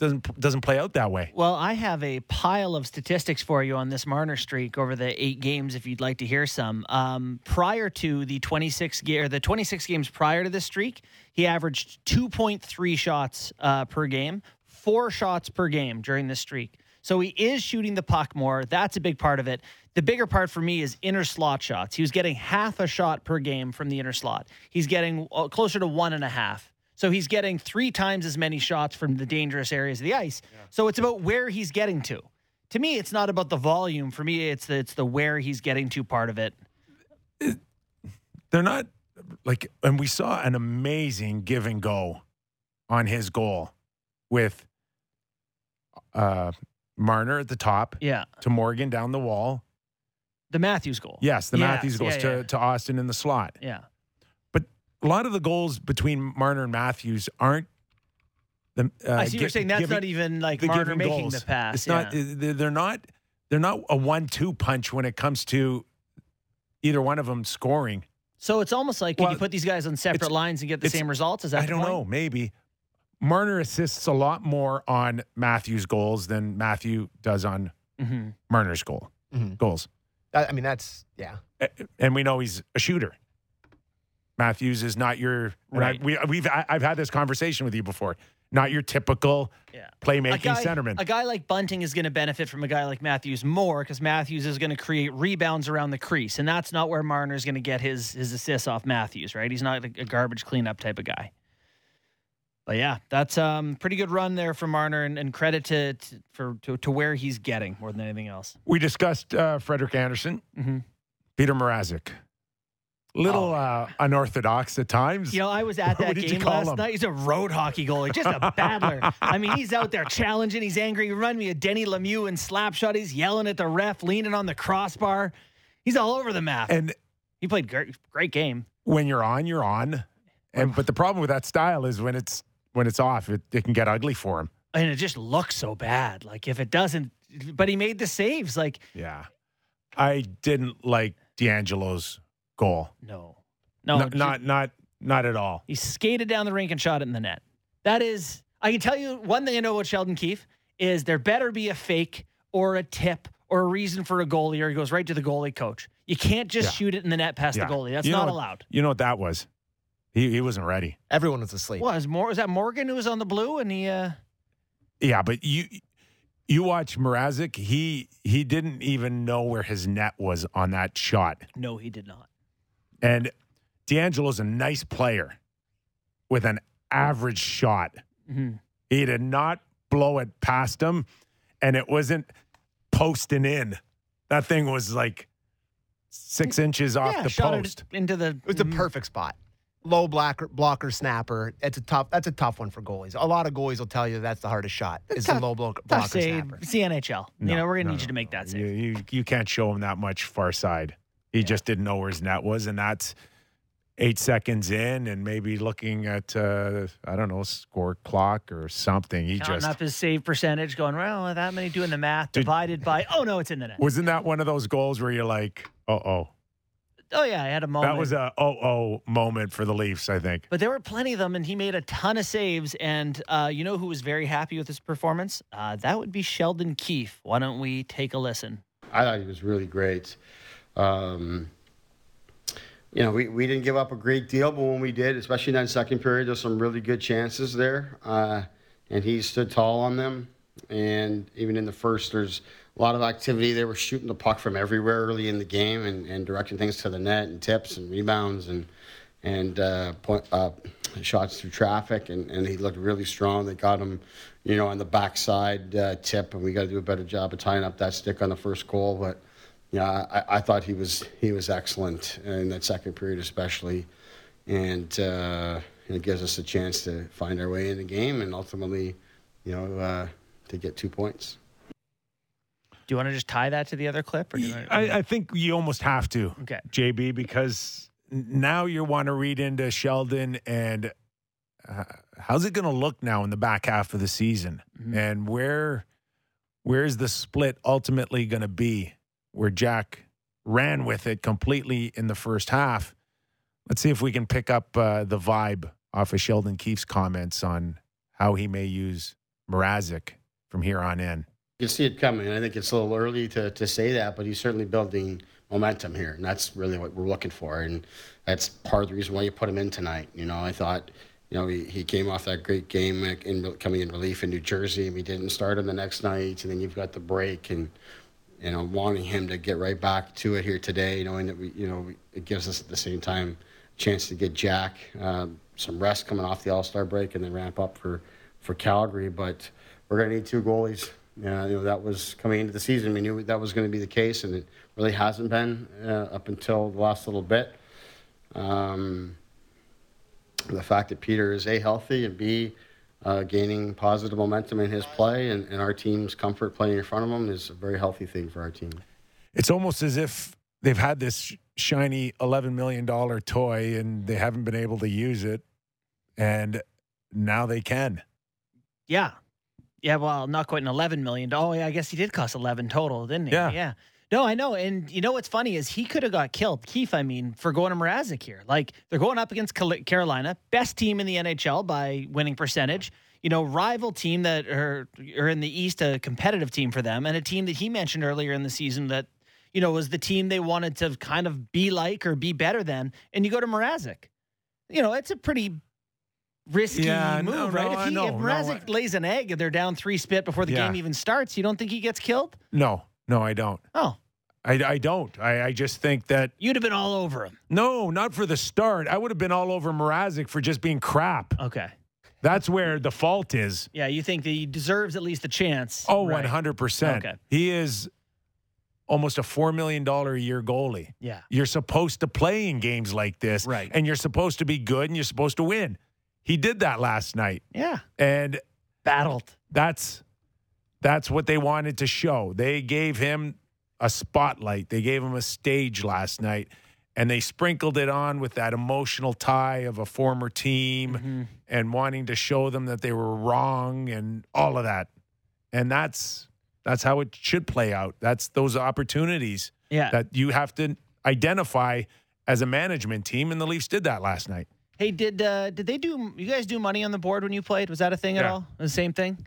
Speaker 1: doesn't doesn't play out that way.
Speaker 2: Well, I have a pile of statistics for you on this Marner streak over the eight games, if you'd like to hear some. Um, prior to the 26 ga- or the 26 games prior to this streak, he averaged 2.3 shots uh, per game, four shots per game during this streak. So he is shooting the puck more. That's a big part of it. The bigger part for me is inner slot shots. He was getting half a shot per game from the inner slot. He's getting uh, closer to one and a half. So he's getting three times as many shots from the dangerous areas of the ice. So it's about where he's getting to. To me, it's not about the volume. For me, it's the, it's the where he's getting to part of it.
Speaker 1: They're not like and we saw an amazing give and go on his goal with uh Marner at the top
Speaker 2: Yeah,
Speaker 1: to Morgan down the wall.
Speaker 2: the Matthews goal.
Speaker 1: Yes, the
Speaker 2: Yeah,
Speaker 1: Matthews goes
Speaker 2: yeah,
Speaker 1: to,
Speaker 2: yeah.
Speaker 1: to Austin in the slot.
Speaker 2: yeah.
Speaker 1: a lot of the goals between Marner and Matthews aren't. The, uh,
Speaker 2: I see you're
Speaker 1: gi-
Speaker 2: saying that's
Speaker 1: giving-
Speaker 2: not even like
Speaker 1: the
Speaker 2: Marner
Speaker 1: given
Speaker 2: making
Speaker 1: goals.
Speaker 2: the pass.
Speaker 1: It's
Speaker 2: yeah.
Speaker 1: not. uh, They're they're not. They're not a one-two punch when it comes to either one of them scoring.
Speaker 2: so it's almost like can
Speaker 1: Well,
Speaker 2: you put these guys on separate
Speaker 1: it's-
Speaker 2: lines and get the
Speaker 1: it's-
Speaker 2: same results? Is that
Speaker 1: I
Speaker 2: the
Speaker 1: don't
Speaker 2: point?
Speaker 1: know. Maybe Marner assists a lot more on Matthews' goals than Matthew does on
Speaker 2: Mm-hmm.
Speaker 1: Marner's goal
Speaker 3: Mhm.
Speaker 1: goals,
Speaker 3: I I mean, that's yeah.
Speaker 1: A- and we know he's a shooter. Matthews is not your and I-
Speaker 2: Right.
Speaker 1: we we've I, I've had this conversation with you before. Not your typical
Speaker 2: Yeah.
Speaker 1: playmaking
Speaker 2: a guy,
Speaker 1: centerman.
Speaker 2: A guy like Bunting is going to benefit from a guy like Matthews more because Matthews is going to create rebounds around the crease, and that's not where Marner's going to get his his assists off Matthews, right? He's not a a garbage cleanup type of guy. But yeah, that's um pretty good run there from Marner, and, and credit to, to for to, to where he's getting more than anything else.
Speaker 1: we discussed uh, Frederick Anderson,
Speaker 2: Mhm.
Speaker 1: Peter Mrazek. Little
Speaker 2: Oh.
Speaker 1: uh, unorthodox at times.
Speaker 2: You know, I was at
Speaker 1: What
Speaker 2: that
Speaker 1: did you
Speaker 2: game
Speaker 1: call
Speaker 2: last
Speaker 1: him?
Speaker 2: night. He's a road hockey goalie, just a battler. I mean, he's out there challenging. He's angry. He reminded me of Denny Lemieux in Slapshot. He's yelling at the ref, leaning on the crossbar. He's all over the map.
Speaker 1: and
Speaker 2: he played great, great game.
Speaker 1: when you're on, you're on. And but the problem with that style is when it's when it's off, it, it can get ugly for him.
Speaker 2: And it just looks so bad. Like, if it doesn't, but he made the saves. Like,
Speaker 1: Yeah, I didn't like D'Angelo's goal.
Speaker 2: no, no,
Speaker 1: not, not not not at all.
Speaker 2: He skated down the rink and shot it in the net. That is, I can tell you one thing I know about Sheldon Keefe is there better be a fake or a tip or a reason for a goalie, or he goes right to the goalie coach. You can't just
Speaker 1: Yeah.
Speaker 2: shoot it in the net past
Speaker 1: Yeah.
Speaker 2: the goalie. That's
Speaker 1: You know
Speaker 2: not
Speaker 1: what-
Speaker 2: allowed.
Speaker 1: You know what that was? He he wasn't ready.
Speaker 3: Everyone was asleep.
Speaker 2: What is more? Was that Morgan who was on the blue and he? uh
Speaker 1: Yeah, but you you watch Mrazek. He he didn't even know where his net was on that shot.
Speaker 2: No, he did not.
Speaker 1: And D'Angelo's a nice player with an average shot.
Speaker 2: Mhm.
Speaker 1: He did not blow it past him, and it wasn't posting in. That thing was like six inches off
Speaker 2: Mm, yeah,
Speaker 1: the
Speaker 2: shot
Speaker 1: post.
Speaker 2: it into the.
Speaker 3: It was the perfect spot. Low blocker, blocker snapper. It's a tough. That's a tough one for goalies. A lot of goalies will tell you that's the hardest shot. It's the
Speaker 2: Tough-
Speaker 3: low blocker,
Speaker 2: Tough
Speaker 3: blocker
Speaker 2: save.
Speaker 3: snapper.
Speaker 2: It's the NHL. you
Speaker 1: No,
Speaker 2: know we're gonna
Speaker 1: no,
Speaker 2: need you
Speaker 1: no,
Speaker 2: to make
Speaker 1: no.
Speaker 2: that
Speaker 1: You,
Speaker 2: save.
Speaker 1: you you can't show him that much far side. He just didn't know where his net was, and that's eight seconds in, and maybe looking at uh, I don't know score clock or something. He
Speaker 2: Counting
Speaker 1: just
Speaker 2: up his save percentage, going well that many doing the math
Speaker 1: Did-
Speaker 2: divided by. Oh no, it's in the net.
Speaker 1: wasn't that one of those goals where you're like, uh oh,
Speaker 2: Oh yeah, I had a moment.
Speaker 1: that was a oh oh moment for the Leafs, I think.
Speaker 2: But there were plenty of them, and he made a ton of saves. And uh, you know who was very happy with his performance? Uh, that would be Sheldon Keefe. Why don't we take a listen?
Speaker 4: I thought he was really great. Um, you know, we, we didn't give up a great deal, but when we did, especially in that second period, there's some really good chances there. Uh, and he stood tall on them. And even in the first, there's a lot of activity. They were shooting the puck from everywhere early in the game and, and directing things to the net and tips and rebounds and and uh, point, uh, shots through traffic. And, and he looked really strong. They got him, you know, on the backside uh, tip. And we got to do a better job of tying up that stick on the first goal. But yeah, I, I thought he was he was excellent in that second period, especially, and uh, it gives us a chance to find our way in the game and ultimately, you know, uh, to get two points.
Speaker 2: Do you want to just tie that to the other clip? Or do you wanna-
Speaker 1: I, I think you almost have to,
Speaker 2: okay.
Speaker 1: JB, because n- now you want to read into Sheldon and uh, how's it going to look now in the back half of the season,
Speaker 2: Mhm.
Speaker 1: and where where's the split ultimately going to be? Where Jack ran with it completely in the first half. Let's see if we can pick up uh, the vibe off of Sheldon Keefe's comments on how he may use Mrazek from here on in.
Speaker 4: You can see it coming. I think it's a little early to, to say that, but he's certainly building momentum here, and that's really what we're looking for. And that's part of the reason why you put him in tonight. You know, I thought, you know, he, he came off that great game in, coming in relief in New Jersey, and we didn't start him the next night, and then you've got the break, and you know, wanting him to get right back to it here today, knowing that we, you know, we- it gives us at the same time a chance to get Jack uh, some rest coming off the All Star break and then ramp up for for Calgary. But we're going to need two goalies. Uh, you know, that was coming into the season. We knew that was going to be the case, and it really hasn't been uh, up until the last little bit. Um, the fact that Peter is A, healthy, and B, uh, gaining positive momentum in his play and, and our team's comfort playing in front of him is a very healthy thing for our team.
Speaker 1: it's almost as if they've had this shiny $11 million toy and they haven't been able to use it. And now they can.
Speaker 2: Yeah. Yeah, well, not quite an eleven million. Oh, yeah, I guess he did cost eleven total, didn't he?
Speaker 1: Yeah.
Speaker 2: yeah. No, I know. And you know what's funny is he could have got killed, Keith, I mean, for going to Mrazek here. Like they're going up against Cali- Carolina, best team in the NHL by winning percentage. You know, rival team that are, are in the East, a competitive team for them, and a team that he mentioned earlier in the season that, you know, was the team they wanted to kind of be like or be better than. And you go to Mrazek. You know, it's a pretty risky
Speaker 1: Yeah,
Speaker 2: move,
Speaker 1: no,
Speaker 2: right?
Speaker 1: no,
Speaker 2: if he,
Speaker 1: no,
Speaker 2: if
Speaker 1: no,
Speaker 2: Mrazek
Speaker 1: I-
Speaker 2: lays an egg and they're down three spit before the
Speaker 1: Yeah.
Speaker 2: game even starts, you don't think he gets killed?
Speaker 1: No, no, I don't.
Speaker 2: Oh,
Speaker 1: I, I don't. I, I just think that,
Speaker 2: you'd have been all over him.
Speaker 1: no, not for the start. I would have been all over Mrazek for just being crap.
Speaker 2: Okay.
Speaker 1: That's where the fault is.
Speaker 2: Yeah, you think that he deserves at least a chance.
Speaker 1: Oh,
Speaker 2: Right.
Speaker 1: 100%.
Speaker 2: Okay.
Speaker 1: He is almost a $4 million a year goalie.
Speaker 2: Yeah.
Speaker 1: You're supposed to play in games like this.
Speaker 2: Right.
Speaker 1: And you're supposed to be good and you're supposed to win. He did that last night.
Speaker 2: Yeah.
Speaker 1: And
Speaker 2: Battled.
Speaker 1: that's that's what they wanted to show. They gave him a spotlight. They gave him a stage last night and they sprinkled it on with that emotional tie of a former team
Speaker 2: Mhm.
Speaker 1: and wanting to show them that they were wrong and all of that. And that's that's how it should play out. That's those opportunities
Speaker 2: Yeah.
Speaker 1: that you have to identify as a management team, and the Leafs did that last night.
Speaker 2: Hey, did uh, did they do you guys do money on the board when you played? Was that a thing at
Speaker 1: Yeah.
Speaker 2: all? The same thing?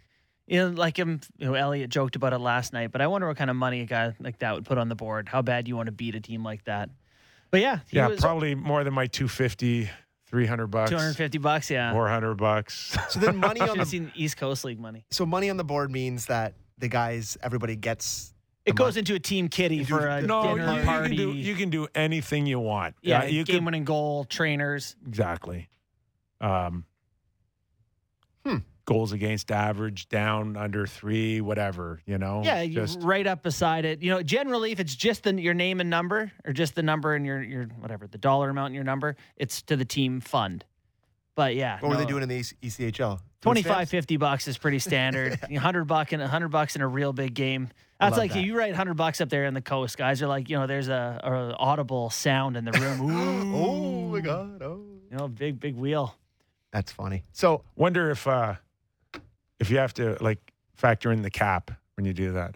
Speaker 2: You know, like him, you know, Elliot joked about it last night, but I wonder what kind of money a guy like that would put on the board. How bad you want to beat a team like that? But yeah, he
Speaker 1: yeah,
Speaker 2: was
Speaker 1: probably more than my 250, 300 bucks,
Speaker 2: 250 bucks. Yeah,
Speaker 1: 400 bucks.
Speaker 3: So then money on
Speaker 2: should have
Speaker 3: the
Speaker 2: seen East Coast League money.
Speaker 3: so money on the board means that the guys everybody gets
Speaker 2: It goes into a team kitty for a
Speaker 1: no, you,
Speaker 2: dinner
Speaker 1: you
Speaker 2: party.
Speaker 1: can do, you can do anything you want.
Speaker 2: yeah,
Speaker 1: Uh, you
Speaker 2: game
Speaker 1: can
Speaker 2: winning goal, trainers.
Speaker 1: exactly. Um,
Speaker 3: Hmm.
Speaker 1: Goals against average, down under three, whatever you know.
Speaker 2: Yeah, you
Speaker 1: Oh, just
Speaker 2: right up beside it. You know, generally, if it's just the, your name and number, or just the number and your your whatever the dollar amount and your number, it's to the team fund. But yeah,
Speaker 3: what were they
Speaker 2: no,
Speaker 3: doing in the E EC- ECHL? Food
Speaker 2: 25,
Speaker 3: stamps?
Speaker 2: 50 bucks is pretty standard. A 100 buck and 100 bucks in a real big game. That's
Speaker 3: love
Speaker 2: like
Speaker 3: that.
Speaker 2: you write 100 bucks up there in the coast, guys are like, you know, there's a, a audible sound in the room. Ooh.
Speaker 3: Oh
Speaker 2: Mm.
Speaker 3: my god. Oh.
Speaker 2: You know, big big wheel.
Speaker 3: That's funny. So
Speaker 1: wonder if uh, if you have to like factor in the cap when you do that.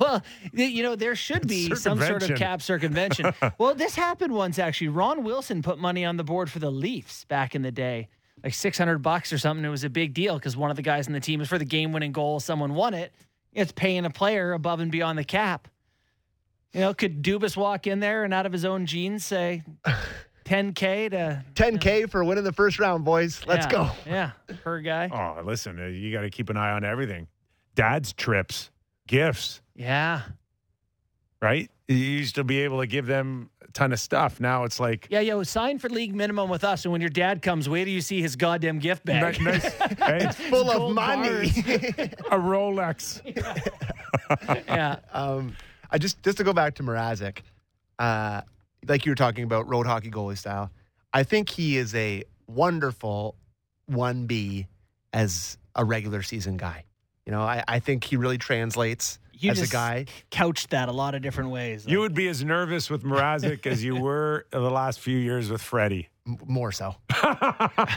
Speaker 2: Well, th- you know, there should be some sort of
Speaker 1: Circumvention.
Speaker 2: cap circumvention. well, this happened once actually. Ron Wilson put money on the board for the Leafs back in the day, like 600 bucks or something. It was a big deal because one of the guys in the team was for the game winning goal. Someone won it. It's paying a player above and beyond the cap. You know, could Dubas walk in there and out of his own jeans say 10K to.
Speaker 3: 10K for winning the first round, boys. Let's
Speaker 2: Yeah,
Speaker 3: go.
Speaker 2: Yeah, per guy.
Speaker 1: Oh, listen, uh, you got to keep an eye on everything. Dad's trips, gifts,
Speaker 2: Yeah.
Speaker 1: right? You used to be able to give them a ton of stuff. Now it's like
Speaker 2: Yeah, yo, sign for league minimum with us. And when your dad comes, wait till you see his goddamn gift bag.
Speaker 1: Ni- nice- hey,
Speaker 3: Full
Speaker 2: gold
Speaker 3: of money.
Speaker 1: a Rolex.
Speaker 2: yeah.
Speaker 3: um, I just just to go back to Mrazek, uh, like you were talking about road hockey goalie style. I think he is a wonderful one B as a regular season guy. You know, I, I think he really translates
Speaker 2: You
Speaker 3: as
Speaker 2: just
Speaker 3: a guy.
Speaker 2: couched that a lot of different ways.
Speaker 1: You would be as nervous with Mrazek as you were the last few years with Freddie.
Speaker 3: M- more so.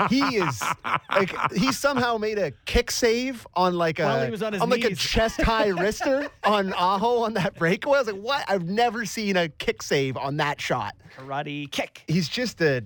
Speaker 3: he is like he somehow made a kick save on like a
Speaker 2: While he was on his
Speaker 3: uh, like a
Speaker 2: knees.
Speaker 3: chest high wrister on Aho on that breakaway. I was like, what? I've never seen a kick save on that shot.
Speaker 2: karate kick.
Speaker 3: He's just a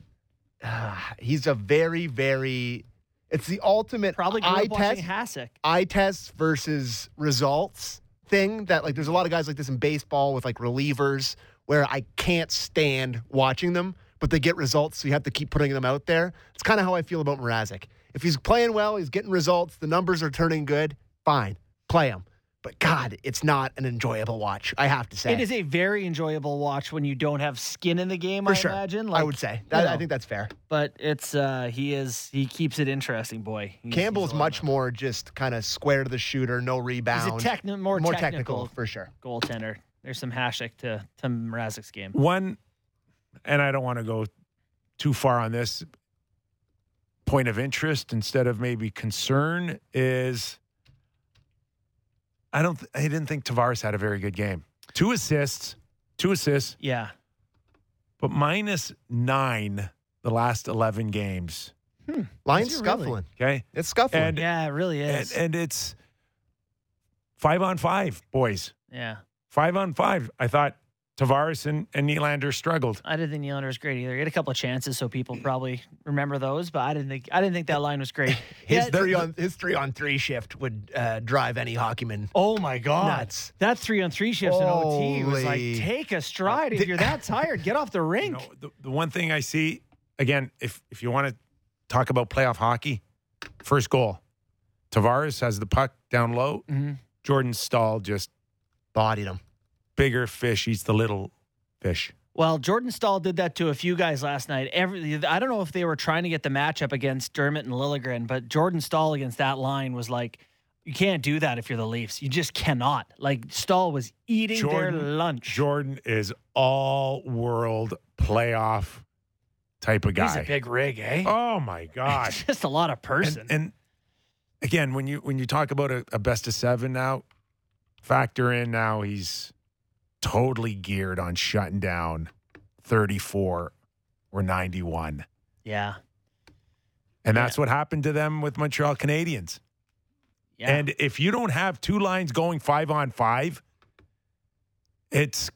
Speaker 3: uh, he's a very very. It's the ultimate
Speaker 2: Probably grew
Speaker 3: eye
Speaker 2: up watching
Speaker 3: test
Speaker 2: Hasek.
Speaker 3: eye tests versus results thing that like there's a lot of guys like this in baseball with like relievers where I can't stand watching them, but they get results, so you have to keep putting them out there. It's kind of how I feel about Mrazek. If he's playing well, he's getting results, the numbers are turning good, fine, play him. But God, it's not an enjoyable watch. I have to say,
Speaker 2: It is a very enjoyable watch when you don't have skin in the game. I
Speaker 3: for sure.
Speaker 2: imagine.
Speaker 3: I
Speaker 2: Like,
Speaker 3: would say that,
Speaker 2: you know.
Speaker 3: I think that's fair.
Speaker 2: but it's uh, he is he keeps it interesting, boy. He's-
Speaker 3: Campbell's
Speaker 2: he's a
Speaker 3: much more just kind of square to the shooter, no
Speaker 2: He's
Speaker 3: rebound,
Speaker 2: a techni- more,
Speaker 3: more
Speaker 2: technical,
Speaker 3: for sure.
Speaker 2: goaltender. There's some Hasek to to Mrazek's game.
Speaker 1: One, and I don't want to go too far on this point of interest instead of maybe concern is I don't th- I didn't think Tavares had a very good game. Two assists, two assists,
Speaker 2: Yeah,
Speaker 1: but minus nine the last 11 games.
Speaker 3: Lions
Speaker 2: Is it really?
Speaker 3: scuffling.
Speaker 1: Okay.
Speaker 3: It's scuffling.
Speaker 1: And-
Speaker 2: Yeah, it really
Speaker 1: And,
Speaker 2: is.
Speaker 1: and it's five on five, boys.
Speaker 2: yeah.
Speaker 1: Five on five. I thought Tavares and, and Nylander struggled.
Speaker 2: I didn't think Nylander was great either. He had a couple of chances, so people probably remember those. But I didn't think I didn't think that line was great.
Speaker 3: his
Speaker 2: Yeah,
Speaker 3: three on his three on three shift would uh, drive any hockeyman.
Speaker 2: oh my god,
Speaker 3: Nuts.
Speaker 2: that three on three shifts in OT was like
Speaker 3: Holy.
Speaker 2: take a stride. If you're that tired, get off the
Speaker 1: You
Speaker 2: rink.
Speaker 1: know, the, the one thing I see, again, if, if you want to talk about playoff hockey, first goal. Tavares has the puck down low.
Speaker 2: Mhm.
Speaker 1: Jordan Stahl just
Speaker 3: Bodied him.
Speaker 1: bigger fish eats the little fish.
Speaker 2: Well, Jordan Stahl did that to a few guys last night. Every I don't know if they were trying to get the matchup against Dermot and Lilligren, but Jordan Stahl against that line was like, you can't do that if you're the Leafs. You just cannot. Like Stahl was eating their
Speaker 1: Jordan-
Speaker 2: lunch.
Speaker 1: Jordan is all world playoff type of guy.
Speaker 2: He's a big rig, eh?
Speaker 1: oh my gosh.
Speaker 2: just a lot of person.
Speaker 1: And, and again, when you when you talk about a, a best of seven now, factor in now he's totally geared on shutting down 34 or 91.
Speaker 2: yeah.
Speaker 1: And that's what happened to them with Montreal Canadiens.
Speaker 2: Yeah.
Speaker 1: And if you don't have two lines going five on five, it's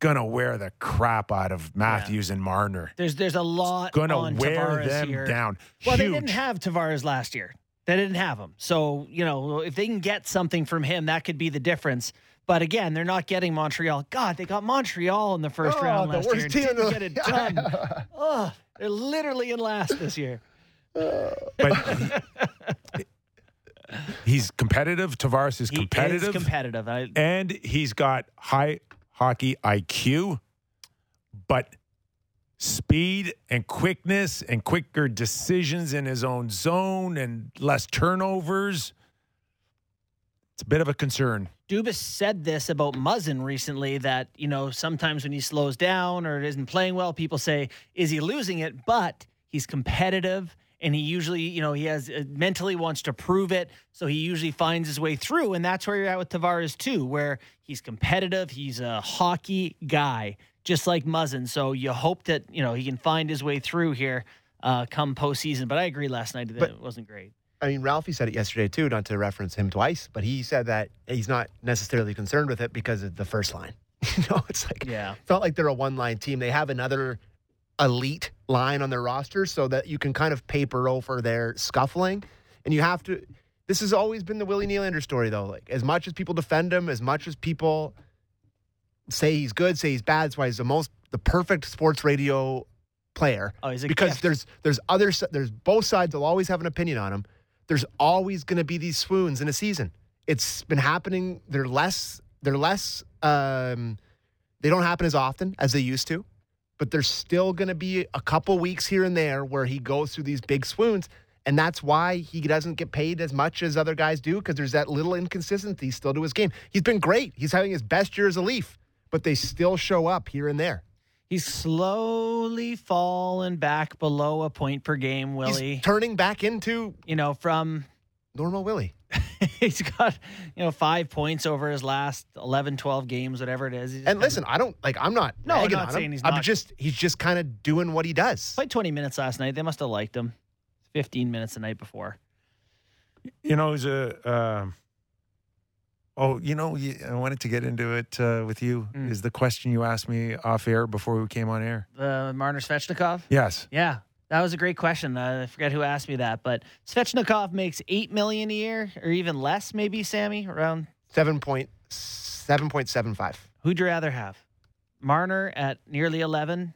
Speaker 1: gonna wear the crap out of Matthews and Marner.
Speaker 2: There's there's a lot
Speaker 1: Gonna
Speaker 2: on
Speaker 1: wear
Speaker 2: Tavares
Speaker 1: them
Speaker 2: here.
Speaker 1: down.
Speaker 2: Well, they
Speaker 1: Huge.
Speaker 2: didn't have Tavares last year. They didn't have him. So, you know, if they can get something from him, that could be the difference. But again, they're not getting Montreal. God, they got Montreal in the first
Speaker 3: Oh,
Speaker 2: round
Speaker 3: the
Speaker 2: last
Speaker 3: worst
Speaker 2: year. and
Speaker 3: team in
Speaker 2: didn't
Speaker 3: the-
Speaker 2: get it done. Ugh, they're literally in last this year.
Speaker 1: but he- he's competitive. Tavares is
Speaker 2: He is
Speaker 1: competitive,
Speaker 2: competitive. I,
Speaker 1: and he's got high hockey IQ. But speed and quickness and quicker decisions in his own zone and less turnovers. It's a bit of a concern.
Speaker 2: Dubas said this about Muzzin recently that, you know, sometimes when he slows down or isn't playing well, people say, is he losing it? But he's competitive and he usually, you know, he has uh, mentally wants to prove it. So he usually finds his way through. And that's where you're at with Tavares, too, where he's competitive. He's a hockey guy, just like Muzzin. So you hope that, you know, he can find his way through here uh, come postseason. But I agree last night that
Speaker 3: But-
Speaker 2: it wasn't great.
Speaker 3: I mean, Ralphie said it yesterday too, not to reference him twice, but he said that he's not necessarily concerned with it because of the first line. you know, it's like
Speaker 2: Yeah.
Speaker 3: it's not like they're a one line team. They have another elite line on their roster so that you can kind of paper over their scuffling. And you have to this has always been the Willie Nylander story though. Like as much as people defend him, as much as people say he's good, say he's bad, that's why he's the most the perfect sports radio player
Speaker 2: Oh, he's a
Speaker 3: because
Speaker 2: gift.
Speaker 3: there's there's other si- there's both sides will always have an opinion on him. There's always going to be these swoons in a season. It's been happening. They're less they're less um, they don't happen as often as they used to, but there's still going to be a couple weeks here and there where he goes through these big swoons. And that's why he doesn't get paid as much as other guys do because there's that little inconsistency still to his game. He's been great. He's having his best year as a Leaf, but they still show up here and there.
Speaker 2: He's slowly falling back below a point per game, Willie.
Speaker 3: He's turning back into
Speaker 2: you know, from
Speaker 3: normal Willie.
Speaker 2: he's got, you know, five points over his last 11, 12 games, whatever it is. He's
Speaker 3: And listen, I don't like. I'm not.
Speaker 2: No, I'm
Speaker 3: ragging
Speaker 2: not
Speaker 3: on
Speaker 2: saying
Speaker 3: him.
Speaker 2: he's
Speaker 3: I'm
Speaker 2: not.
Speaker 3: just. He's just kind of doing what he does.
Speaker 2: played 20 minutes last night. They must have liked him. 15 minutes the night before.
Speaker 1: You know, he's a. um oh, you know, you- I wanted to get into it uh, with you.
Speaker 2: Mm.
Speaker 1: Is the question you asked me off air before we came on air?
Speaker 2: Uh, Marner Svechnikov?
Speaker 1: Yes.
Speaker 2: Yeah, that was a great question. Uh, I forget who asked me that, but Svechnikov makes 8 million a year or even less, maybe, Sammy, around
Speaker 3: Seven point seven point seven five.
Speaker 2: Who'd you rather have? Marner at nearly 11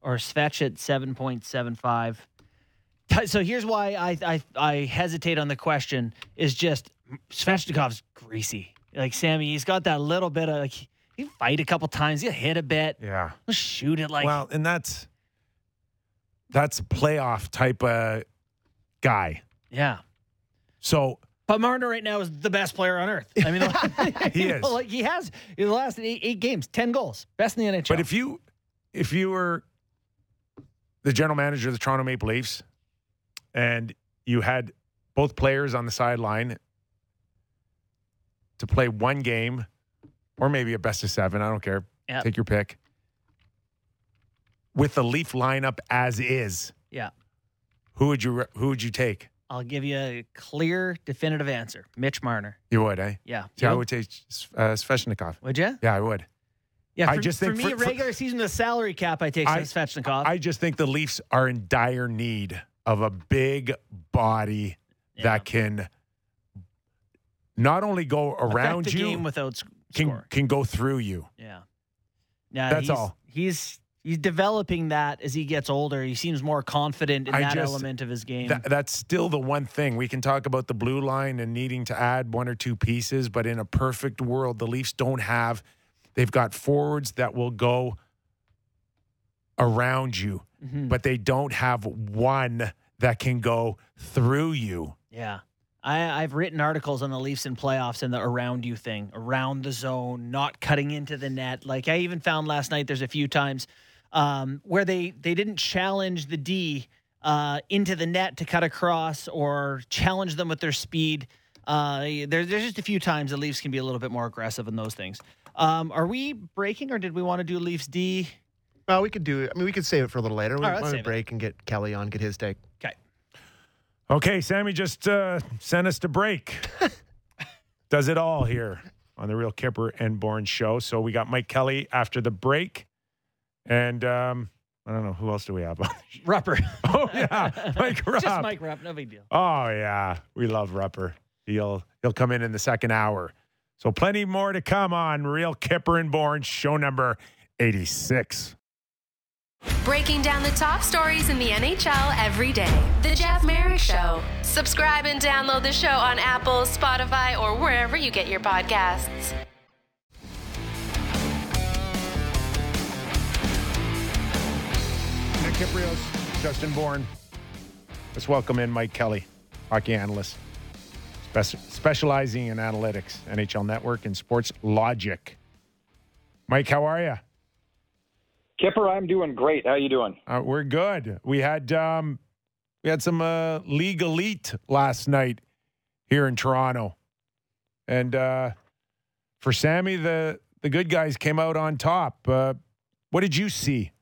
Speaker 2: or Svetch at 7.75? T- So here's why I, I, I hesitate on the question is just Svechnikov's greasy. Like Sammy, he's got that little bit of like, he'll fight a couple times, he'll hit a bit,
Speaker 1: Yeah.
Speaker 2: he'll shoot it like,
Speaker 1: well, and that's that's a playoff type of guy.
Speaker 2: yeah.
Speaker 1: So
Speaker 2: But Marner right now is the best player on earth. I mean, like,
Speaker 1: He
Speaker 2: you know,
Speaker 1: is.
Speaker 2: like he has in the last eight, eight games, ten goals, best in the NHL.
Speaker 1: But if you if you were the general manager of the Toronto Maple Leafs and you had both players on the sideline to play one game or maybe a best of 7, I don't care.
Speaker 2: Yep.
Speaker 1: Take your pick. with the Leaf lineup as is,
Speaker 2: Yeah.
Speaker 1: who would you re- who would you take?
Speaker 2: I'll give you a clear, definitive answer. Mitch Marner.
Speaker 1: You would, eh?
Speaker 2: Yeah.
Speaker 1: See, I
Speaker 2: You?
Speaker 1: would take uh, Sveshnikov.
Speaker 2: Would you?
Speaker 1: Yeah, I would.
Speaker 2: Yeah.
Speaker 1: I
Speaker 2: For,
Speaker 1: just
Speaker 2: for
Speaker 1: think
Speaker 2: me,
Speaker 1: for- for-
Speaker 2: regular season with a salary cap, I take
Speaker 1: I-
Speaker 2: Svechnikov.
Speaker 1: I just think the Leafs are in dire need of a big body
Speaker 2: Yeah.
Speaker 1: that can not only go around
Speaker 2: Affect the
Speaker 1: you,
Speaker 2: game without sc-
Speaker 1: can
Speaker 2: score.
Speaker 1: can go through you.
Speaker 2: Yeah. Yeah.
Speaker 1: That's
Speaker 2: he's,
Speaker 1: all.
Speaker 2: He's he's developing that as he gets older. He seems more confident in
Speaker 1: I
Speaker 2: that
Speaker 1: just-
Speaker 2: element of his game.
Speaker 1: That, that's still the one thing we can talk about the blue line and needing to add one or two pieces, but in a perfect world, the Leafs don't have. They've got forwards that will go around you,
Speaker 2: Mhm.
Speaker 1: but they don't have one that can go through you.
Speaker 2: Yeah. I, I've written articles on the Leafs and playoffs and the around you thing, around the zone, not cutting into the net. Like I even found last night, there's a few times um, where they they didn't challenge the D uh, into the net to cut across or challenge them with their speed. Uh, there, there's just a few times the Leafs can be a little bit more aggressive in those things. Um, are we breaking or did we want to do Leafs D?
Speaker 3: Well, we could do. I mean, we could save it for a little later. We
Speaker 2: All right, let's
Speaker 3: want
Speaker 2: save
Speaker 3: to
Speaker 2: it.
Speaker 3: break and get Kelly on, get his take.
Speaker 2: Okay.
Speaker 1: Okay, Sammy just uh, sent us to break. Does it all here on the Real Kipper and Born show. So we got Mike Kelly after the break. And um, I don't know, who else do we have?
Speaker 2: Rupper.
Speaker 1: oh, yeah, Mike Rupp.
Speaker 2: Just Mike Rupp, no big deal.
Speaker 1: Oh, yeah, we love Rupper. He'll, he'll come in in the second hour. So plenty more to come on Real Kipper and Born show number 86.
Speaker 5: Breaking down the top stories in the NHL every day. The Jeff Merrick Show. Subscribe and download the show on Apple, Spotify, or wherever you get your podcasts.
Speaker 1: Nick Kiprios, Justin Bourne. Let's welcome in Mike Kelly, hockey analyst, spec- specializing in analytics, NHL Network, and sports logic. Mike, how are you?
Speaker 6: Kipper, I'm doing great. How you doing?
Speaker 1: Uh, we're good. We had um, we had some uh, league elite last night here in Toronto, and uh, for Sammy, the the good guys came out on top. Uh, what did you see?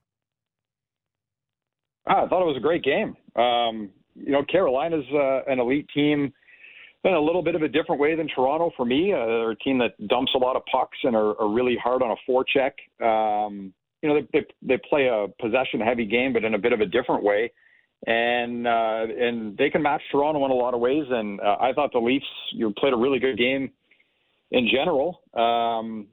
Speaker 6: Ah, I thought it was a great game. Um, you know, Carolina's uh, an elite team in a little bit of a different way than Toronto for me. Uh, they're a team that dumps a lot of pucks and are, are really hard on a forecheck. Um, you know, they, they they play a possession heavy game, but in a bit of a different way. And uh, and they can match Toronto in a lot of ways. And uh, I thought the Leafs you know, played a really good game in general. Um,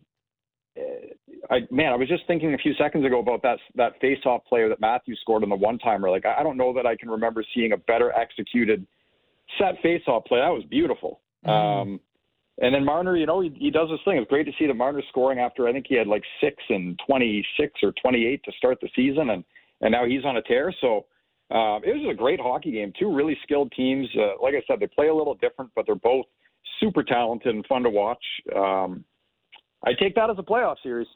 Speaker 6: I man, I was just thinking a few seconds ago about that that face-off player that Matthew scored on the one-timer. Like I I don't know that I can remember seeing a better executed set face-off play. That was beautiful. Um, and then Marner, you know, he, he does this thing. It's great to see the Marner scoring after I think he had like six and 26 or 28 to start the season, and and now he's on a tear. So uh, it was just a great hockey game. Two really skilled teams. Uh, like I said, they play a little different, but they're both super talented and fun to watch. Um, I take that as a playoff series.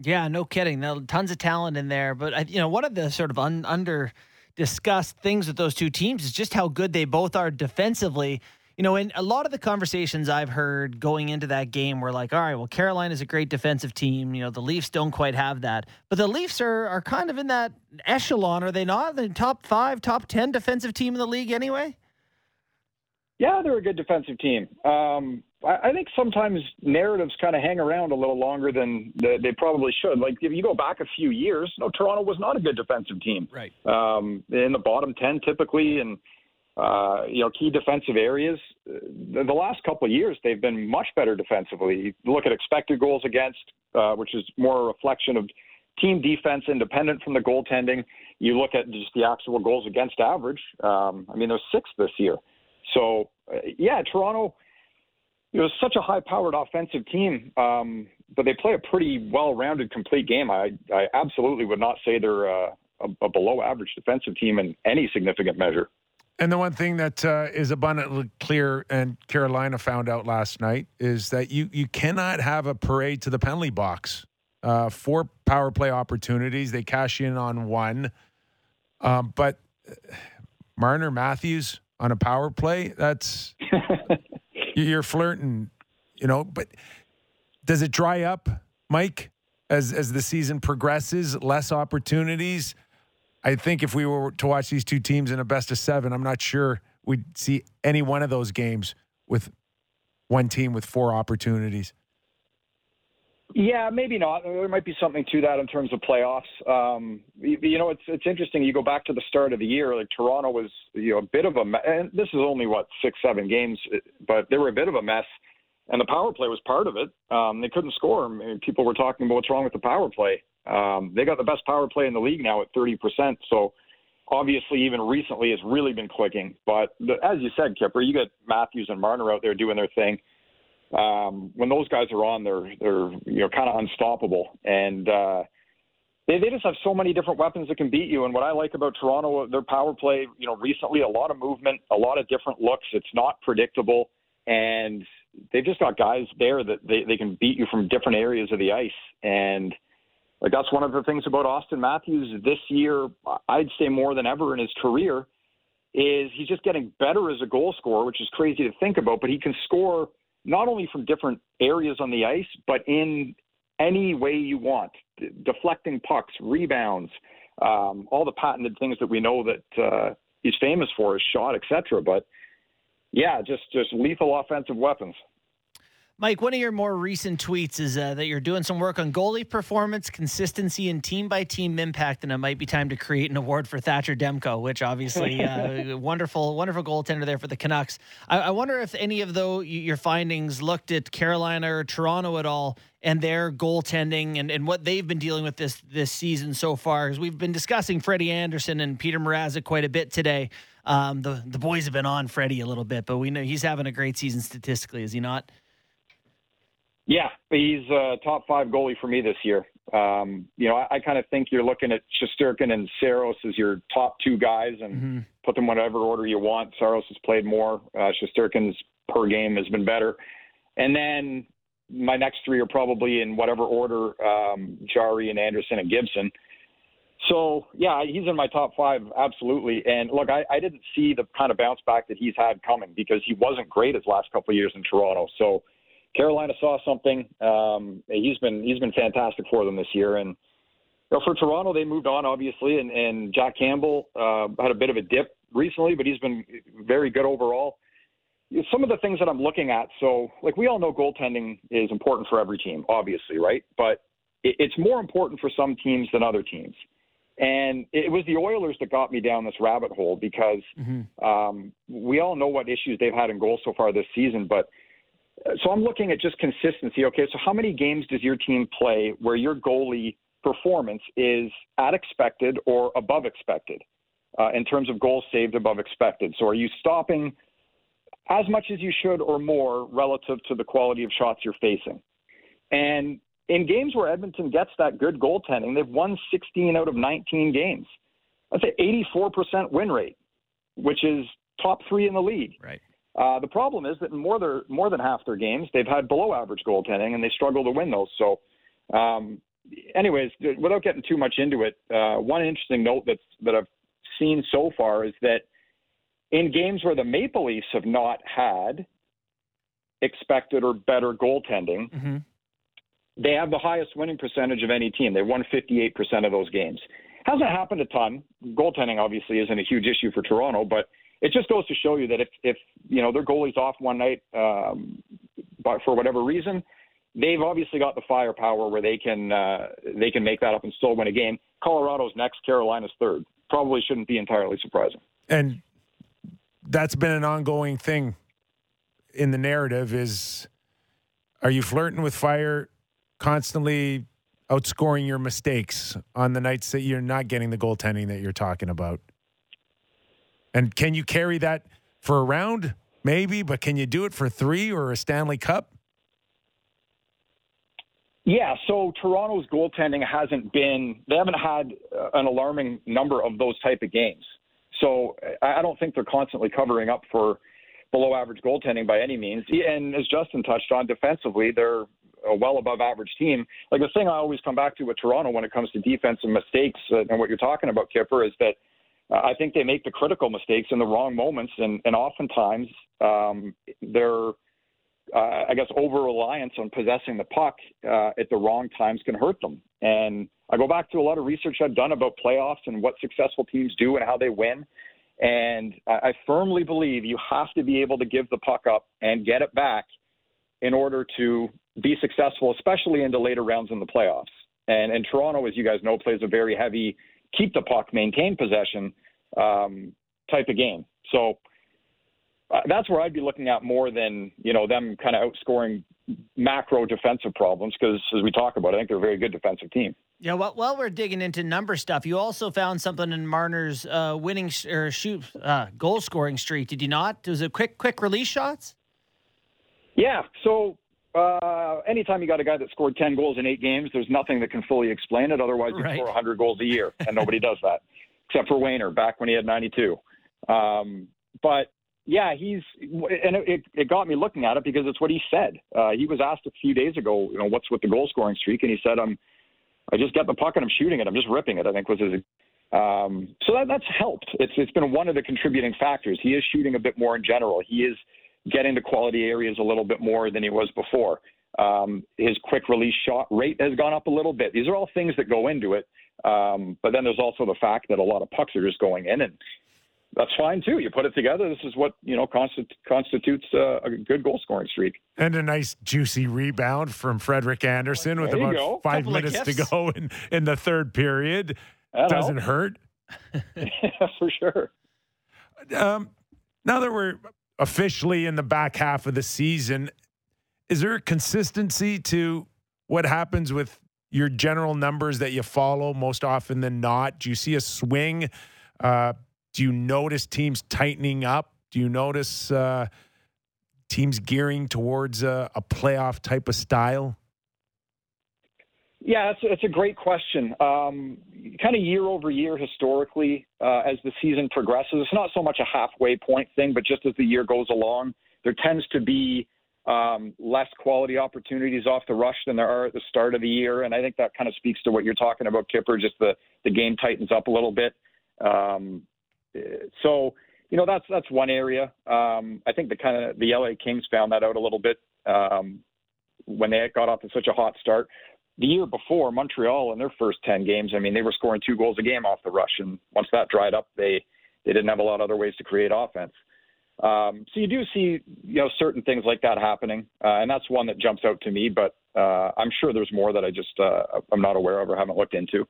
Speaker 2: Yeah, no kidding. There tons of talent in there, but I, you know, one of the sort of un, under discussed things with those two teams is just how good they both are defensively. You know, in a lot of the conversations I've heard going into that game were like, all right, well, Carolina's a great defensive team. You know, the Leafs don't quite have that. But the Leafs are, are kind of in that echelon, are they not? The top five, top 10 defensive team in the league anyway?
Speaker 6: Yeah, they're a good defensive team. Um, I, I think sometimes narratives kind of hang around a little longer than the, they probably should. Like if you go back a few years, no, Toronto was not a good defensive team.
Speaker 2: Right.
Speaker 6: Um, in the bottom ten typically, and uh, you know key defensive areas. Uh, The, the last couple of years, they've been much better defensively. You look at expected goals against, uh, which is more a reflection of team defense independent from the goaltending. You look at just the actual goals against average. Um, I mean, they're sixth this year. So, uh, yeah, Toronto, it was such a high powered offensive team, um, but they play a pretty well rounded, complete game. I, I absolutely would not say they're uh, a, a below average defensive team in any significant measure.
Speaker 1: And the one thing that uh, is abundantly clear, and Carolina found out last night, is that you you cannot have a parade to the penalty box. Uh, four power play opportunities, they cash in on one, um, but uh, Marner Matthews on a power play, that's you're flirting, you know. But does it dry up, Mike? as as the season progresses, less opportunities. I think if we were to watch these two teams in a best of seven, I'm not sure we'd see any one of those games with one team with four opportunities.
Speaker 6: Yeah, maybe not. There might be something to that in terms of playoffs. Um, you, you know, it's it's interesting. You go back to the start of the year. Like Toronto was, you know, a bit of a. Me- and this is only what six, seven games, eh, but they were a bit of a mess. And the power play was part of it. Um, they couldn't score. I mean, people were talking about what's wrong with the power play. Um, they got the best power play in the league now at 30%. So obviously, even recently, it's really been clicking. But the, as you said, Kipper, you got Matthews and Marner out there doing their thing um, when those guys are on, they're they're you know kind of unstoppable, and uh, they they just have so many different weapons that can beat you. And what I like about Toronto, their power play, you know, recently a lot of movement, a lot of different looks. It's not predictable, and they've just got guys there that they they can beat you from different areas of the ice, and. Like that's one of the things about Austin Matthews this year. I'd say more than ever in his career, is he's just getting better as a goal scorer, which is crazy to think about. But he can score not only from different areas on the ice, but in any way you want, D- deflecting pucks, rebounds, um, all the patented things that we know that uh, he's famous for, his shot, etc. But yeah, just just lethal offensive weapons.
Speaker 2: Mike, one of your more recent tweets is uh, that you're doing some work on goalie performance, consistency, and team by team impact, and it might be time to create an award for Thatcher Demko, which obviously uh, wonderful, wonderful goaltender there for the Canucks. I, I wonder if any of though your findings looked at Carolina or Toronto at all and their goaltending and, and what they've been dealing with this this season so far. Because we've been discussing Freddie Anderson and Peter Mrazek quite a bit today. Um, the the boys have been on Freddie a little bit, but we know he's having a great season statistically, is he not?
Speaker 6: Yeah, he's a top five goalie for me this year. Um, you know, I, I kind of think you're looking at Shosturkin and Saros as your top two guys, and
Speaker 2: Mhm.
Speaker 6: put them whatever order you want. Saros has played more. Uh, Shosturkin's per game has been better, and then my next three are probably in whatever order: um, Jari and Anderson and Gibson. So yeah, he's in my top five absolutely. And look, I, I didn't see the kind of bounce back that he's had coming because he wasn't great his last couple of years in Toronto. So. Carolina saw something. Um, he's been he's been fantastic for them this year, and you know, for Toronto they moved on obviously, and, and Jack Campbell uh, had a bit of a dip recently, but he's been very good overall. Some of the things that I'm looking at, so like we all know, goaltending is important for every team, obviously, right? But it, it's more important for some teams than other teams. And it was the Oilers that got me down this rabbit hole because um, we all know what issues they've had in goal so far this season, but so I'm looking at just consistency. Okay, so how many games does your team play where your goalie performance is at expected or above expected uh, in terms of goals saved above expected? So are you stopping as much as you should or more relative to the quality of shots you're facing? And in games where Edmonton gets that good goaltending, they've won 16 out of 19 games. That's an 84% win rate, which is top three in the league.
Speaker 2: Right.
Speaker 6: Uh, the problem is that in more, their, more than half their games, they've had below average goaltending and they struggle to win those. So, um, anyways, th- without getting too much into it, uh, one interesting note that's, that I've seen so far is that in games where the Maple Leafs have not had expected or better goaltending,
Speaker 2: Mm-hmm.
Speaker 6: they have the highest winning percentage of any team. They won 58% of those games. Hasn't happened a ton. Goaltending obviously isn't a huge issue for Toronto, but it just goes to show you that if, if you know their goalie's off one night, um, but for whatever reason, they've obviously got the firepower where they can uh, they can make that up and still win a game. Colorado's next, Carolina's third. Probably shouldn't be entirely surprising.
Speaker 1: and that's been an ongoing thing in the narrative is are you flirting with fire constantly outscoring your mistakes on the nights that you're not getting the goaltending that you're talking about and can you carry that for a round maybe but can you do it for three or a stanley cup
Speaker 6: Yeah, so Toronto's goaltending hasn't been, they haven't had uh, an alarming number of those type of games. So I I don't think they're constantly covering up for below average goaltending by any means. And as Justin touched on, defensively, they're a well above average team. Like the thing I always come back to with Toronto when it comes to defense and mistakes uh, and what you're talking about, Kipper, is that uh, I think they make the critical mistakes in the wrong moments. And, and oftentimes, um, they're uh, I guess over reliance on possessing the puck uh, at the wrong times can hurt them. And I go back to a lot of research I've done about playoffs and what successful teams do and how they win. And I, I firmly believe you have to be able to give the puck up and get it back in order to be successful, especially into later rounds in the playoffs. And, and Toronto, as you guys know, plays a very heavy keep the puck, maintain possession um, type of game. So uh, that's where I'd be looking at more than you know them kind of outscoring macro defensive problems because as we talk about, I think they're a very good defensive team.
Speaker 2: Yeah, well, while we're digging into number stuff, you also found something in Marner's uh, winning sh- or shoot uh, goal scoring streak. Did you not? Was it quick quick release shots?
Speaker 6: Yeah. So uh, anytime you got a guy that scored 10 goals in eight games, there's nothing that can fully explain it. Otherwise, you
Speaker 2: Right.
Speaker 6: score 100 goals a year, and nobody does that, except for Wayner back when he had 92. Um, but yeah, he's and it, it got me looking at it because it's what he said. Uh, he was asked a few days ago, you know, what's with the goal scoring streak, and he said, "I'm, I just get the puck and I'm shooting it. I'm just ripping it." I think was his. Um, so that, that's helped. It's it's been one of the contributing factors. He is shooting a bit more in general. He is getting to quality areas a little bit more than he was before. Um, his quick release shot rate has gone up a little bit. These are all things that go into it. Um, but then there's also the fact that a lot of pucks are just going in, and that's fine too. You put it together. This is what you know consti- constitutes uh, a good goal scoring streak.
Speaker 1: And a nice juicy rebound from Frederick Anderson with
Speaker 6: There you
Speaker 1: about
Speaker 6: go.
Speaker 1: five
Speaker 2: Couple of
Speaker 1: minutes to
Speaker 2: gifts.
Speaker 1: go in, in the third period.
Speaker 6: That'll
Speaker 1: Doesn't hurt.
Speaker 6: for sure.
Speaker 1: Um, now that we're officially in the back half of the season, is there a consistency to what happens with your general numbers that you follow most often than not? Do you see a swing? Uh, do you notice teams tightening up? Do you notice uh, teams gearing towards a, a playoff type of style?
Speaker 6: Yeah, it's, it's a great question. Um, kind of year over year, historically, uh, as the season progresses, it's not so much a halfway point thing, but just as the year goes along, there tends to be um, less quality opportunities off the rush than there are at the start of the year. And I think that kind of speaks to what you're talking about, Kipper, just the, the game tightens up a little bit. Um, eh, so, you know, that's, that's one area. Um, I think the kind of the LA Kings found that out a little bit um, when they got off to such a hot start the year before Montreal in their first 10 games, I mean, they were scoring two goals a game off the rush. And once that dried up, they, they didn't have a lot of other ways to create offense. Um, so you do see, you know, certain things like that happening. Uh, and that's one that jumps out to me, but uh, I'm sure there's more that I just, uh, I'm not aware of or haven't looked into.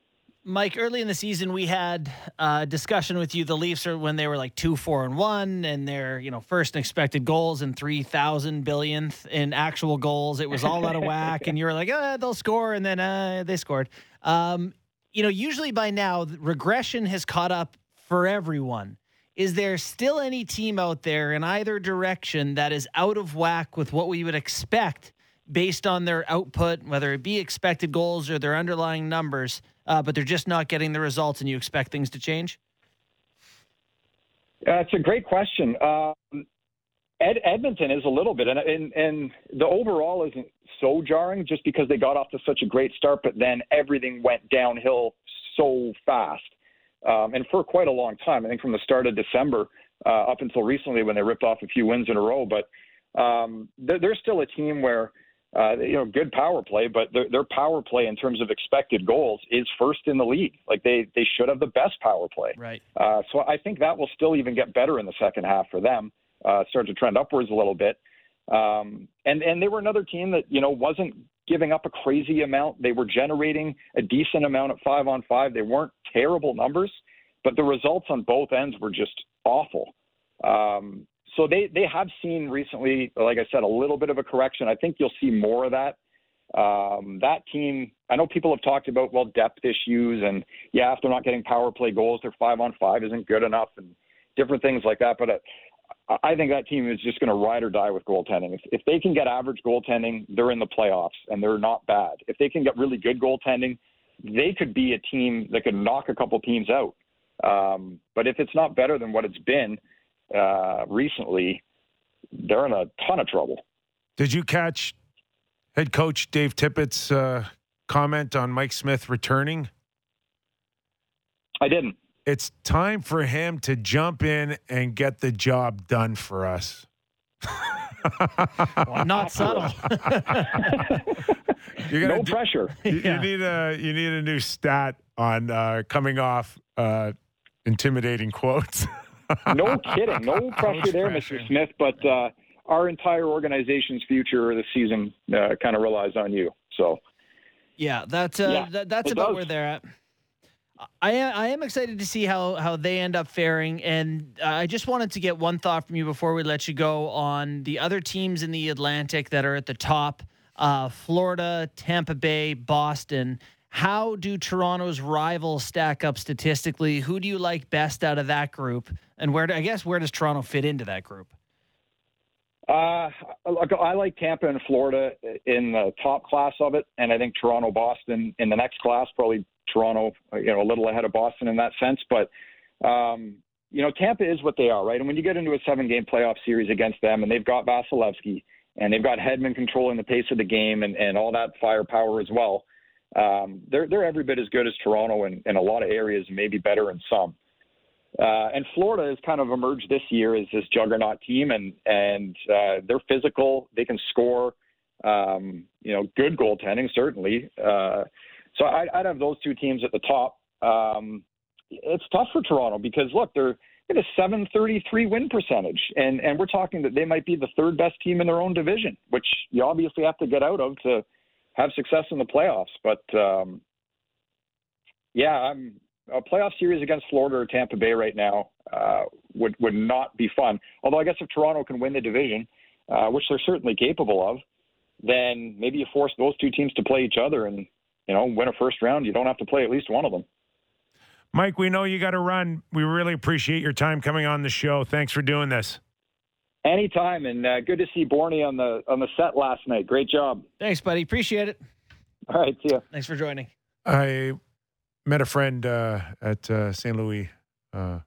Speaker 2: Mike, early in the season, we had a discussion with you. The Leafs are when they were like two, four, and one, and their you know first in expected goals and three thousand billionth in actual goals. It was all out of whack, and you were like, ah, they'll score, and then uh, they scored. Um, you know, usually by now, th- regression has caught up for everyone. Is there still any team out there in either direction that is out of whack with what we would expect based on their output, whether it be expected goals or their underlying numbers, uh, but they're just not getting the results and you expect things to change?
Speaker 6: Yeah, it's a great question. Um, Ed, Edmonton is a little bit, and, and and the overall isn't so jarring just because they got off to such a great start, but then everything went downhill so fast, um, and for quite a long time. I think from the start of December uh, up until recently when they ripped off a few wins in a row, but um, they're, they're still a team where. Uh, you know, good power play, but their, their power play in terms of expected goals is first in the league. Like they, they should have the best power play.
Speaker 2: Right.
Speaker 6: Uh, so I think that will still even get better in the second half for them. Uh, start to trend upwards a little bit. Um, and and they were another team that you know wasn't giving up a crazy amount. They were generating a decent amount at five on five. They weren't terrible numbers, but the results on both ends were just awful. Um, so they they have seen recently, like I said, a little bit of a correction. I think you'll see more of that um, that team, I know people have talked about, well, depth issues and, yeah, if they're not getting power play goals, their five on five isn't good enough and different things like that. But uh, I think that team is just going to ride or die with goaltending. If, if they can get average goaltending, they're in the playoffs and they're not bad. If they can get really good goaltending, they could be a team that could knock a couple teams out. Um, but if it's not better than what it's been uh, recently, they're in a ton of trouble.
Speaker 1: Did you catch head coach Dave Tippett's uh, comment on Mike Smith returning?
Speaker 6: I didn't.
Speaker 1: It's time for him to jump in and get the job done for us.
Speaker 2: Well, not subtle.
Speaker 1: You're gonna
Speaker 6: No
Speaker 1: do-
Speaker 6: pressure.
Speaker 1: you, you
Speaker 2: Yeah.
Speaker 1: need a you need a new stat on uh, coming off uh, intimidating quotes.
Speaker 6: No kidding. No pressure there,
Speaker 1: pressure.
Speaker 6: Mr. Smith. But uh, our entire organization's future this season uh, kind of relies on you. So
Speaker 2: Yeah, that's uh,
Speaker 6: Yeah,
Speaker 2: that, that's
Speaker 6: it
Speaker 2: about
Speaker 6: does.
Speaker 2: where they're at. I am I am excited to see how how they end up faring, and uh, I just wanted to get one thought from you before we let you go on the other teams in the Atlantic that are at the top: uh, Florida, Tampa Bay, Boston. How do Toronto's rivals stack up statistically? Who do you like best out of that group, and where do, I guess where does Toronto fit into that group?
Speaker 6: Uh, look, I like Tampa and Florida in the top class of it, and I think Toronto, Boston in the next class. Probably Toronto, you know, a little ahead of Boston in that sense. But um, you know, Tampa is what they are, right? And when you get into a seven-game playoff series against them, and they've got Vasilevsky, and they've got Hedman controlling the pace of the game, and, and all that firepower as well. Um, they're they're every bit as good as Toronto in, in a lot of areas, maybe better in some. Uh, and Florida has kind of emerged this year as this juggernaut team, and and uh, they're physical. They can score. Um, you know, good goaltending certainly. Uh, so I, I'd have those two teams at the top. Um, it's tough for Toronto because look, they're they have a 733 win percentage, and and we're talking that they might be the third best team in their own division, which you obviously have to get out of to have success in the playoffs. But um, yeah, I'm a playoff series against Florida or Tampa Bay right now uh, would would not be fun. Although I guess if Toronto can win the division, uh, which they're certainly capable of, then maybe you force those two teams to play each other and you know win a first round. You don't have to play at least one of them.
Speaker 1: Mike, we know you got to run. We really appreciate your time coming on the show. Thanks for doing this.
Speaker 6: Anytime, and uh, good to see Borney on the on the set last night. Great job.
Speaker 2: Thanks, buddy. Appreciate it.
Speaker 6: All right, see ya.
Speaker 2: Thanks for joining.
Speaker 1: I met a friend uh, at uh, St. Louis uh,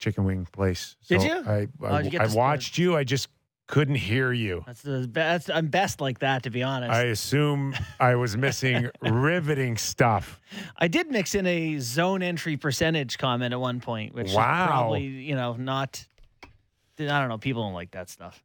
Speaker 1: chicken wing place.
Speaker 2: Did you?
Speaker 1: I,
Speaker 2: Oh,
Speaker 1: I,
Speaker 2: did you get
Speaker 1: I
Speaker 2: to-
Speaker 1: watched you. I just couldn't hear you.
Speaker 2: That's the best. I'm best like that, to be honest.
Speaker 1: I assume I was missing riveting stuff.
Speaker 2: I did mix in a zone entry percentage comment at one point, which is
Speaker 1: Wow.
Speaker 2: probably you know not. I don't know. People don't like that stuff.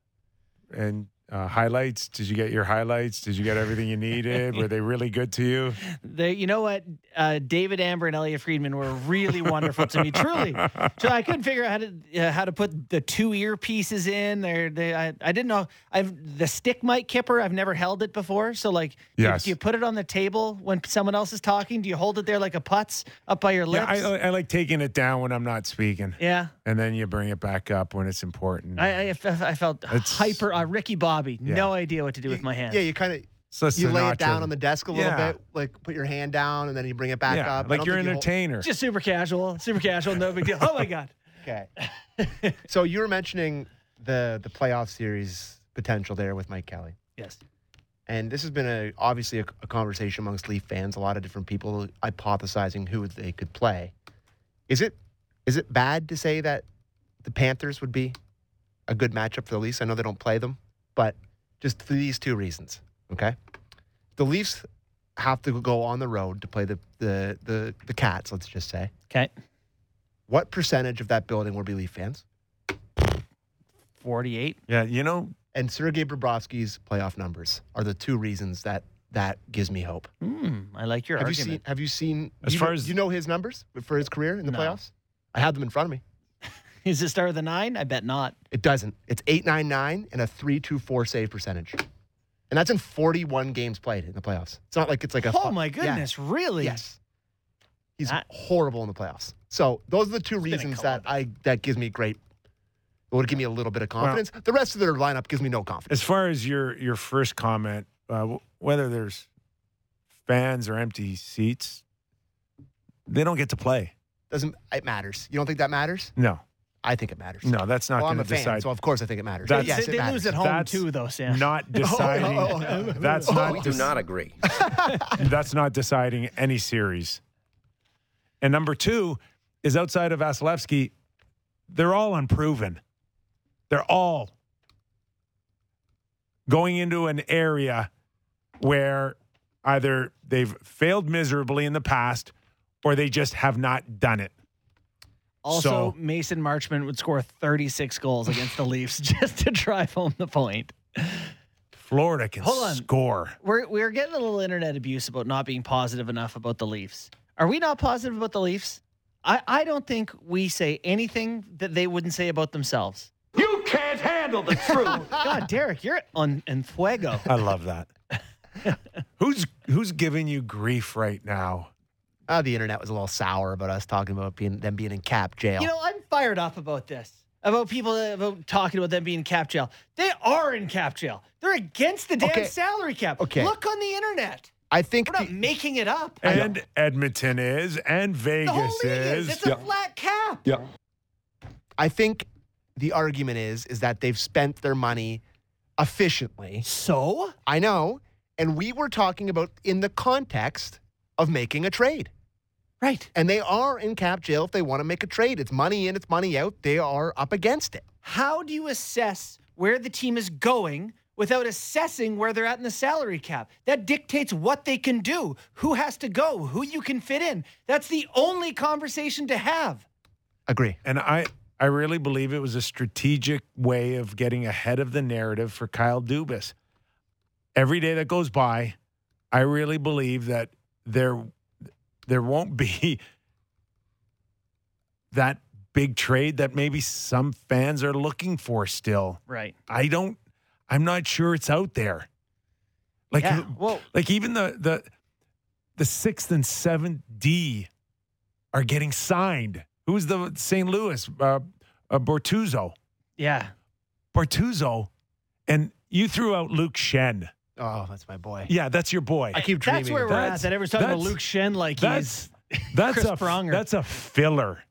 Speaker 1: And uh, highlights? Did you get your highlights? Did you get everything you needed? Were they really good to you?
Speaker 2: They, you know what? Uh, David Amber and Elliot Friedman were really wonderful to me. Truly, so I couldn't figure out how to uh, how to put the two earpieces in. There, they, I, I didn't know. I've the stick mic kipper. I've never held it before. So like, do-
Speaker 1: Yes.
Speaker 2: do you put it on the table when someone else is talking? Do you hold it there like a putz up by your
Speaker 1: Yeah,
Speaker 2: lips?
Speaker 1: I, uh, I like taking it down when I'm not speaking,
Speaker 2: yeah.
Speaker 1: and then you bring it back up when it's important.
Speaker 2: I, I, I fe- I felt
Speaker 1: It's-
Speaker 2: hyper. Uh, Ricky Bobby, no idea what to do with my hand.
Speaker 3: Yeah, you kind of
Speaker 1: so
Speaker 3: you lay it down
Speaker 1: Sinatra.
Speaker 3: on the desk a little
Speaker 1: Yeah.
Speaker 3: bit, like put your hand down, and then you bring it back
Speaker 1: yeah,
Speaker 3: up. I
Speaker 1: like
Speaker 3: don't
Speaker 1: you're
Speaker 3: think
Speaker 1: an
Speaker 3: you hold-
Speaker 1: entertainer.
Speaker 2: Just super casual, super casual, no big deal. Oh my god,
Speaker 3: Okay. so you were mentioning the the playoff series potential there with Mike Kelly.
Speaker 2: yes,
Speaker 3: And this has been a, obviously a, a conversation amongst Leaf fans. A lot of different people hypothesizing who they could play. Is it is it bad to say that the Panthers would be a good matchup for the Leafs? I know they don't play them, but just for these two reasons. Okay, the Leafs have to go on the road to play the the the, the Cats. Let's just say,
Speaker 2: okay,
Speaker 3: what percentage of that building would be Leaf fans?
Speaker 2: forty-eight.
Speaker 1: yeah, you know,
Speaker 3: And Sergei Bobrovsky's playoff numbers are the two reasons that that gives me hope.
Speaker 2: Hmm, I like your
Speaker 3: Have you
Speaker 2: argument.
Speaker 3: seen? Have you seen?
Speaker 1: As
Speaker 3: you
Speaker 1: far
Speaker 3: know,
Speaker 1: as-
Speaker 3: you know his numbers for his career in the
Speaker 2: No.
Speaker 3: playoffs. I have them in front of me.
Speaker 2: Is it start with a nine? I bet not.
Speaker 3: It doesn't. It's eight nine nine and a three two four save percentage, and that's in forty one games played in the playoffs. It's not like it's like a.
Speaker 2: Oh
Speaker 3: fu-
Speaker 2: my
Speaker 3: Yeah.
Speaker 2: goodness, really?
Speaker 3: Yes. He's
Speaker 2: That-
Speaker 3: horrible in the playoffs. So those are the two
Speaker 2: been a
Speaker 3: reasons
Speaker 2: couple
Speaker 3: that
Speaker 2: of
Speaker 3: I that gives me great. It would give me a little bit of confidence. the rest of their lineup gives me no confidence.
Speaker 1: as far as your your first comment, uh, w- whether there's fans or empty seats, they don't get to play.
Speaker 3: Doesn't it matters? You don't think that matters?
Speaker 1: No,
Speaker 3: I think it matters.
Speaker 1: no, that's not
Speaker 3: well, I'm
Speaker 1: going
Speaker 3: a
Speaker 1: to
Speaker 3: fan,
Speaker 1: decide.
Speaker 3: so of course I think it matters.
Speaker 1: That's-
Speaker 3: yes,
Speaker 2: they,
Speaker 3: it
Speaker 2: they
Speaker 3: matters.
Speaker 2: lose at home
Speaker 1: That's
Speaker 2: too, though, Sam.
Speaker 1: Not deciding.
Speaker 3: oh, oh, oh.
Speaker 1: That's not.
Speaker 7: Do
Speaker 1: dec-
Speaker 7: not agree.
Speaker 1: that's not deciding any series. And number two is outside of Vasilevsky, they're all unproven. They're all going into an area where either they've failed miserably in the past or they just have not done it.
Speaker 2: Also,
Speaker 1: So-
Speaker 2: Mason Marchman would score 36 goals against the Leafs just to drive home the point.
Speaker 1: Florida can
Speaker 2: Hold on.
Speaker 1: score.
Speaker 2: We're we're getting a little internet abuse about not being positive enough about the Leafs. Are we not positive about the Leafs? I, I don't think we say anything that they wouldn't say about themselves.
Speaker 7: You can't handle the truth.
Speaker 2: God, Derek, you're on en fuego.
Speaker 1: I love that. who's who's giving you grief right now?
Speaker 3: Uh, the internet was a little sour about us talking about being, them being in cap jail.
Speaker 2: You know, I'm fired up about this. About people that- about talking about them being cap jail. They are in cap jail. They're against the damn
Speaker 3: Okay.
Speaker 2: salary cap.
Speaker 3: Okay.
Speaker 2: Look on the internet.
Speaker 3: I think
Speaker 2: We're not
Speaker 3: the-
Speaker 2: making it up.
Speaker 1: And Edmonton is, and
Speaker 2: the whole
Speaker 1: Vegas
Speaker 2: league is. It's a
Speaker 7: Yeah.
Speaker 2: flat cap.
Speaker 7: yeah.
Speaker 3: I think the argument is is that they've spent their money efficiently.
Speaker 2: So
Speaker 3: I know, and we were talking about in the context of making a trade.
Speaker 2: right.
Speaker 3: And they are in cap jail if they want to make a trade. It's money in, it's money out. They are up against it.
Speaker 2: How do you assess where the team is going without assessing where they're at in the salary cap? That dictates what they can do, who has to go, who you can fit in. That's the only conversation to have.
Speaker 3: Agree.
Speaker 1: And I I really believe it was a strategic way of getting ahead of the narrative for Kyle Dubas. Every day that goes by, I really believe that there there won't be that big trade that maybe some fans are looking for still.
Speaker 2: Right.
Speaker 1: I don't I'm not sure it's out there. Like
Speaker 2: yeah.
Speaker 1: who-
Speaker 2: Well,
Speaker 1: like even the the the sixth and seventh D are getting signed. Who's the St. Louis uh, uh, Bortuzzo?
Speaker 2: yeah.
Speaker 1: Bortuzzo, and you threw out Luke Shen.
Speaker 3: Oh, that's my boy.
Speaker 1: Yeah, that's your boy.
Speaker 3: I keep dreaming.
Speaker 2: That's where
Speaker 3: of
Speaker 2: we're
Speaker 3: that.
Speaker 2: at.
Speaker 1: That's-
Speaker 2: That everyone's talking about
Speaker 1: that's-
Speaker 2: Luke Shen like
Speaker 1: that's-
Speaker 2: he's
Speaker 1: That's
Speaker 2: Chris
Speaker 1: a
Speaker 2: Pronger.
Speaker 1: that's a filler.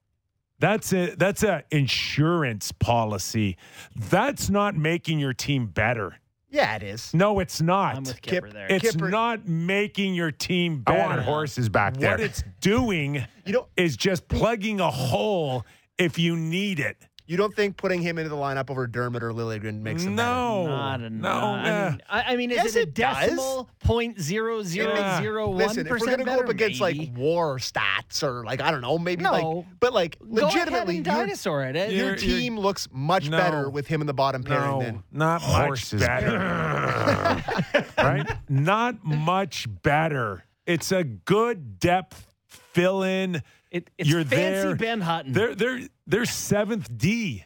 Speaker 1: That's a that's a insurance policy. That's not making your team better.
Speaker 3: Yeah, it is.
Speaker 1: No, it's not.
Speaker 2: I'm with
Speaker 3: Kip-
Speaker 2: Kipper there.
Speaker 1: it's
Speaker 3: Kipper-
Speaker 1: not making your team better.
Speaker 3: horses back
Speaker 1: What it's doing
Speaker 3: You don't
Speaker 1: is just plugging a hole if you need it.
Speaker 3: you don't think putting him into the lineup over Dermot or Lilligren makes him better?
Speaker 1: no,
Speaker 2: Not a,
Speaker 1: no,
Speaker 2: I
Speaker 1: eh.
Speaker 2: mean, I, I mean, is it
Speaker 3: Yes,
Speaker 2: a
Speaker 3: it does.
Speaker 2: decimal point zero zero zero one percent
Speaker 3: Listen, if we're gonna
Speaker 2: better?
Speaker 3: go up against
Speaker 2: Maybe.
Speaker 3: like war stats or like I don't know, maybe
Speaker 2: No.
Speaker 3: like but like
Speaker 2: Go ahead
Speaker 3: legitimately
Speaker 2: and
Speaker 3: your-
Speaker 2: dinosaur at it.
Speaker 3: your,
Speaker 1: You're- you're-
Speaker 3: team looks much
Speaker 1: No.
Speaker 3: better with him in the bottom pairing
Speaker 1: no,
Speaker 3: than
Speaker 1: not much
Speaker 7: Horses
Speaker 1: better. right? Not much better. It's a good depth fill in.
Speaker 2: It- it's
Speaker 1: You're
Speaker 2: fancy
Speaker 1: there.
Speaker 2: Ben Hutton.
Speaker 1: They're they're they're seventh D.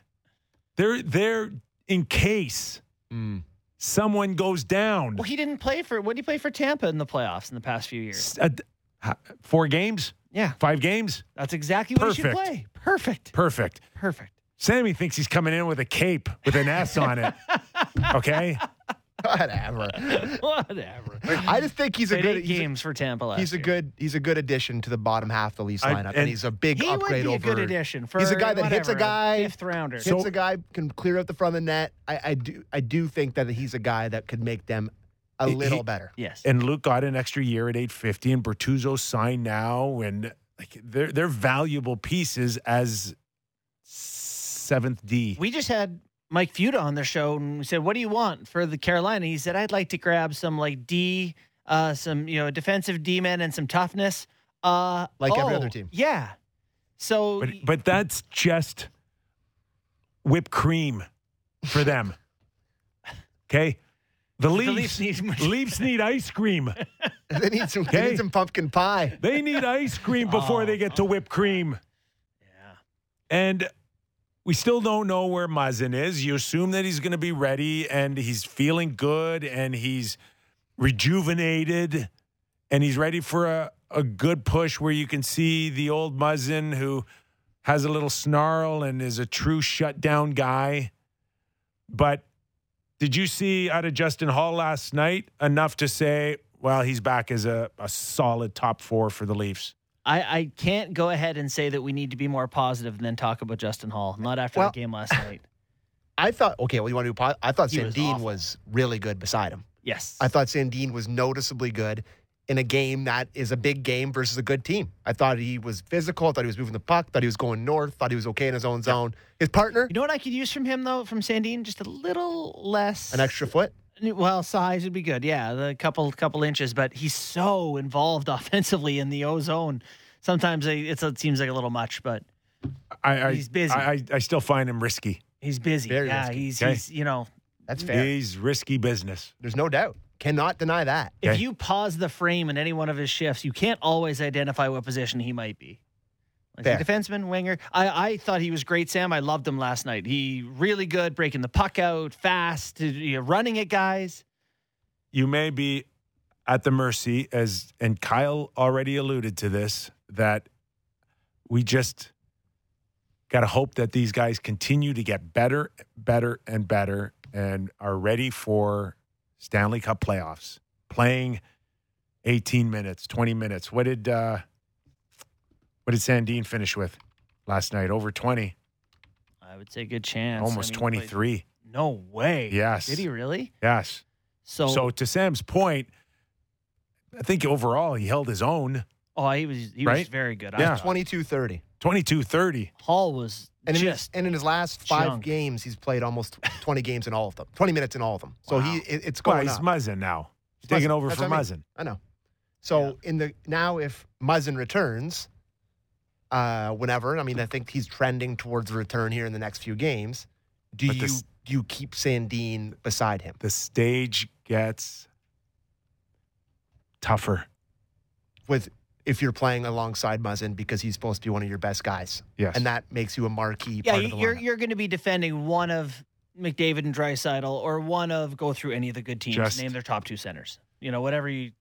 Speaker 1: They're they're in case
Speaker 3: Mm.
Speaker 1: someone goes down.
Speaker 2: well, he didn't play for. What did he play for Tampa in the playoffs in the past few years?
Speaker 1: S- uh, d- h- four games,
Speaker 2: Yeah,
Speaker 1: five games,
Speaker 2: that's exactly what he should
Speaker 1: Perfect.
Speaker 2: play. Perfect.
Speaker 1: perfect.
Speaker 2: Perfect.
Speaker 1: Sammy thinks he's coming in with a cape with an S on it. Okay,
Speaker 3: whatever.
Speaker 2: Whatever.
Speaker 3: I just think he's a
Speaker 2: Played
Speaker 3: good
Speaker 2: eight
Speaker 3: he's a-
Speaker 2: games for Tampa last
Speaker 3: He's a
Speaker 2: year.
Speaker 3: good he's a good addition to the bottom half of the Leafs
Speaker 1: I-
Speaker 3: lineup, and,
Speaker 1: and
Speaker 3: he's a big
Speaker 2: He would
Speaker 3: upgrade
Speaker 2: be a
Speaker 3: over.
Speaker 2: good addition. For
Speaker 3: he's a guy that hits a
Speaker 2: whatever,
Speaker 3: guy.
Speaker 2: fifth rounder.
Speaker 3: Hits a guy can clear out the front of the net. I, I do I do think that he's a guy that could make them a
Speaker 1: He-
Speaker 3: little
Speaker 1: he-
Speaker 3: better.
Speaker 2: yes.
Speaker 1: and Luke got an extra year at eight fifty, and Bertuzzo signed now, and like they're they're valuable pieces as seventh D.
Speaker 2: We just had Mike Feuda on the show and we said, What do you want for the Carolina? He said, I'd like to grab some like D, uh, some, you know, defensive D men and some toughness. Uh,
Speaker 3: Like every
Speaker 2: oh,
Speaker 3: other team.
Speaker 2: Yeah. So,
Speaker 1: but but that's just whipped cream for them. Okay, the
Speaker 2: Leafs
Speaker 1: Leafs
Speaker 2: need much-
Speaker 1: Leafs need ice cream.
Speaker 3: they need some they
Speaker 1: Okay.
Speaker 3: need some pumpkin pie.
Speaker 1: They need ice cream before they get to whipped cream.
Speaker 2: yeah.
Speaker 1: And we still don't know where Mazin is. You assume that he's going to be ready and he's feeling good and he's rejuvenated and he's ready for a, a good push where you can see the old Mazin who has a little snarl and is a true shutdown guy. But did you see out of Justin Hall last night enough to say, well, he's back as a, a solid top four for the Leafs?
Speaker 2: I, I can't go ahead and say that we need to be more positive and then talk about Justin Hall. Not after
Speaker 3: Well-
Speaker 2: the game last night.
Speaker 3: I thought okay, well you want to do pie? I thought
Speaker 2: He was
Speaker 3: Sandine
Speaker 2: awful.
Speaker 3: was really good beside him.
Speaker 2: Yes.
Speaker 3: I thought Sandine was noticeably good in a game that is a big game versus a good team. I thought he was physical. I thought he was moving the puck. Thought he was going north. Thought he was okay in his own zone. His partner,
Speaker 2: you know what I could use from him though, from Sandine, just a little less
Speaker 3: an extra foot.
Speaker 2: Well, size would be good. Yeah, the couple couple inches, but he's so involved offensively in the O zone. Sometimes I- it's, it seems like a little much, but
Speaker 1: I, I,
Speaker 2: He's busy.
Speaker 1: I, I, I still find him risky.
Speaker 2: He's busy.
Speaker 3: Very
Speaker 2: yeah,
Speaker 3: risky.
Speaker 2: he's
Speaker 1: Okay.
Speaker 2: he's you know.
Speaker 3: That's fair.
Speaker 1: He's risky business.
Speaker 3: There's no doubt. Cannot deny that.
Speaker 2: If
Speaker 1: Okay.
Speaker 2: you pause the frame in any one of his shifts, you can't always identify what position he might be. Like a
Speaker 3: Fair.
Speaker 2: defenseman, winger. I, I thought he was great, Sam. I loved him last night. He really good, breaking the puck out, fast, uh, you know, running it, guys.
Speaker 1: You may be at the mercy, as and Kyle already alluded to this, that we just got to hope that these guys continue to get better, better, and better, and are ready for Stanley Cup playoffs. Playing 18 minutes, 20 minutes. What did uh, what did Sandine finish with last night? Over 20,
Speaker 2: I would say good chance.
Speaker 1: almost
Speaker 2: I mean,
Speaker 1: 23.
Speaker 2: but No way.
Speaker 1: Yes.
Speaker 2: Did he really?
Speaker 1: Yes.
Speaker 2: So,
Speaker 1: So to Sam's point, I think overall he held his own
Speaker 2: oh, he was he was
Speaker 1: Right?
Speaker 2: very good. I
Speaker 1: Yeah.
Speaker 2: thought.
Speaker 3: 22 30.
Speaker 1: 22-30.
Speaker 2: Hall was
Speaker 3: And in, his,
Speaker 2: just
Speaker 3: and in his last five
Speaker 2: junk.
Speaker 3: games, he's played almost 20 games in all of them, 20 minutes in all of them. So he it, it's
Speaker 1: Well,
Speaker 3: going
Speaker 1: he's
Speaker 3: up.
Speaker 1: Muzzin now. He's
Speaker 3: Muzzin.
Speaker 1: taking over
Speaker 3: That's
Speaker 1: for
Speaker 3: what I
Speaker 1: Muzzin.
Speaker 3: I know. So in the now, if Muzzin returns, uh, whenever I mean, I think he's trending towards a return here in the next few games. Do
Speaker 1: But
Speaker 3: you
Speaker 1: this-
Speaker 3: do you keep Sandine beside him?
Speaker 1: The stage gets tougher.
Speaker 3: with if you're playing alongside Muzzin because he's supposed to be one of your best guys,
Speaker 1: Yes.
Speaker 3: and that makes you a marquee
Speaker 2: yeah.
Speaker 3: part of the
Speaker 2: You're
Speaker 3: lineup.
Speaker 2: you're going to be defending one of McDavid and Drysidel, or one of go through any of the good teams.
Speaker 1: Just-
Speaker 2: name their top two centers. You know, whatever you.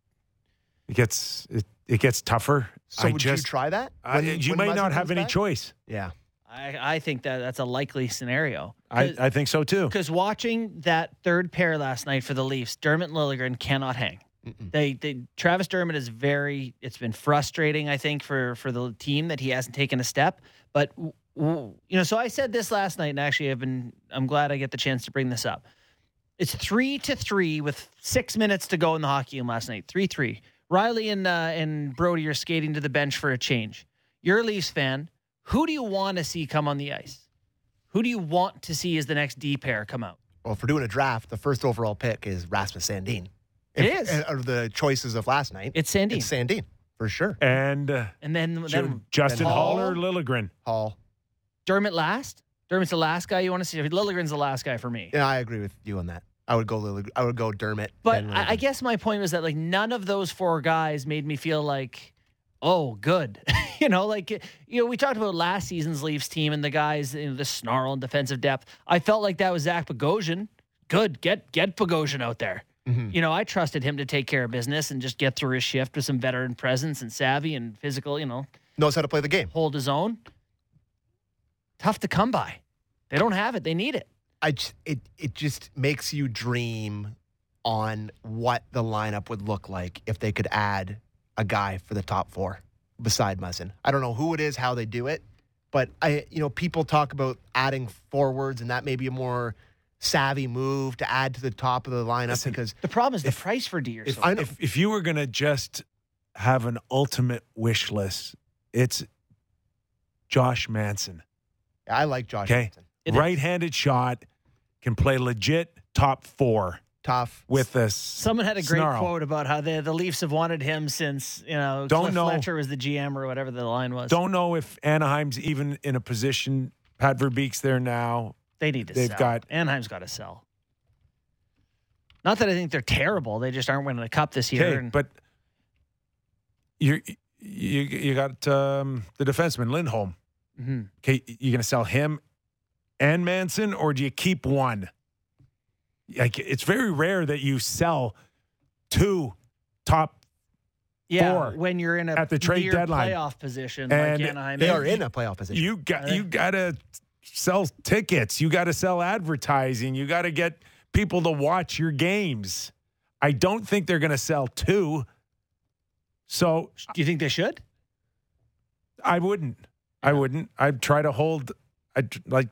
Speaker 1: it gets it, it gets tougher.
Speaker 3: so
Speaker 1: I
Speaker 3: would
Speaker 1: just
Speaker 3: you try that?
Speaker 1: I-
Speaker 3: when-
Speaker 1: you
Speaker 3: when
Speaker 1: may
Speaker 3: Muzzin
Speaker 1: not
Speaker 3: comes
Speaker 1: have any
Speaker 3: back?
Speaker 1: choice.
Speaker 3: Yeah,
Speaker 2: I I think that that's a likely scenario.
Speaker 1: I, I think so too.
Speaker 2: Because watching that third pair last night for the Leafs, Dermot and Lilligren cannot hang.
Speaker 3: Mm-mm.
Speaker 2: They, they Travis Dermott is very. It's been frustrating, I think, for for the team that he hasn't taken a step. But w- w- you know, so I said this last night, and actually, I've been. I'm glad I get the chance to bring this up. It's three to three with six minutes to go in the hockey game last night. Three three. Riley and uh, and Brody are skating to the bench for a change. You're a Leafs fan. Who do you want to see come on the ice? Who do you want to see as the next D pair come out?
Speaker 3: Well, if we're doing a draft, the first overall pick is Rasmus Sandin.
Speaker 2: It
Speaker 3: If-
Speaker 2: is.
Speaker 3: Of the choices of last night,
Speaker 2: It's Sandy.
Speaker 3: it's Sandin for sure.
Speaker 1: And uh,
Speaker 2: and then, then
Speaker 1: Justin
Speaker 3: then Hall.
Speaker 1: Haller, Lilligren.
Speaker 3: Hall,
Speaker 2: Dermot last. Dermot's the last guy you want to see. Lilligren's the last guy for me.
Speaker 3: and I agree with you on that. I would go. Lillig- I would go Dermot.
Speaker 2: But
Speaker 3: then
Speaker 2: I, I
Speaker 3: Lilligren.
Speaker 2: guess my point was that like none of those four guys made me feel like, oh, good. you know, like you know, we talked about last season's Leafs team and the guys, you know, the snarl and defensive depth. I felt like that was Zach Bogosian. Good, get get Bogosian out there.
Speaker 3: Mhm.
Speaker 2: You know, I trusted him to take care of business and just get through his shift with some veteran presence and savvy and physical. You know,
Speaker 3: knows how to play the game.
Speaker 2: hold his own. Tough to come by. They don't have it. They need it.
Speaker 3: I j- it it just makes you dream on what the lineup would look like if they could add a guy for the top four beside Muzzin. I don't know who it is, how they do it, but I you know people talk about adding forwards and that may be a more savvy move to add to the top of the lineup
Speaker 1: Listen,
Speaker 3: because
Speaker 2: The problem is the price for D or
Speaker 1: If,
Speaker 2: so.
Speaker 3: I know.
Speaker 1: if if you were gonna just have an ultimate wish list, it's Josh Manson.
Speaker 3: I like Josh
Speaker 1: Okay.
Speaker 3: Manson.
Speaker 2: It is.
Speaker 1: right-handed shot can play legit top four
Speaker 3: Tough.
Speaker 1: with this.
Speaker 2: Someone had a great
Speaker 1: snarl.
Speaker 2: quote about how the, the Leafs have wanted him since, you know,
Speaker 1: Don't
Speaker 2: Cliff
Speaker 1: know.
Speaker 2: Fletcher was the GM or whatever the line was.
Speaker 1: Don't know if Anaheim's even in a position. Pat Verbeek's there now.
Speaker 2: they need to
Speaker 1: they've
Speaker 2: sell.
Speaker 1: got-
Speaker 2: Anaheim's got to sell. Not that I think they're terrible. They just aren't winning a cup this year.
Speaker 1: Okay,
Speaker 2: and-
Speaker 1: but you you you got um, the defenseman Lindholm.
Speaker 2: Mhm.
Speaker 1: Okay, you gonna sell him and Manson, or do you keep one? Like it's very rare that you sell two top.
Speaker 2: yeah,
Speaker 1: Four
Speaker 2: when you're in a
Speaker 1: at the trade
Speaker 2: near
Speaker 1: deadline.
Speaker 2: playoff position
Speaker 1: And
Speaker 2: like Anaheim,
Speaker 3: They
Speaker 2: is.
Speaker 3: are in a playoff position.
Speaker 1: You
Speaker 2: Are
Speaker 1: got
Speaker 2: they?
Speaker 1: you gotta sell tickets. You gotta sell advertising. You gotta get people to watch your games. I don't think they're gonna sell two. So
Speaker 2: Do you think they should?
Speaker 1: I wouldn't. I wouldn't. I'd try to hold. I'd tr- like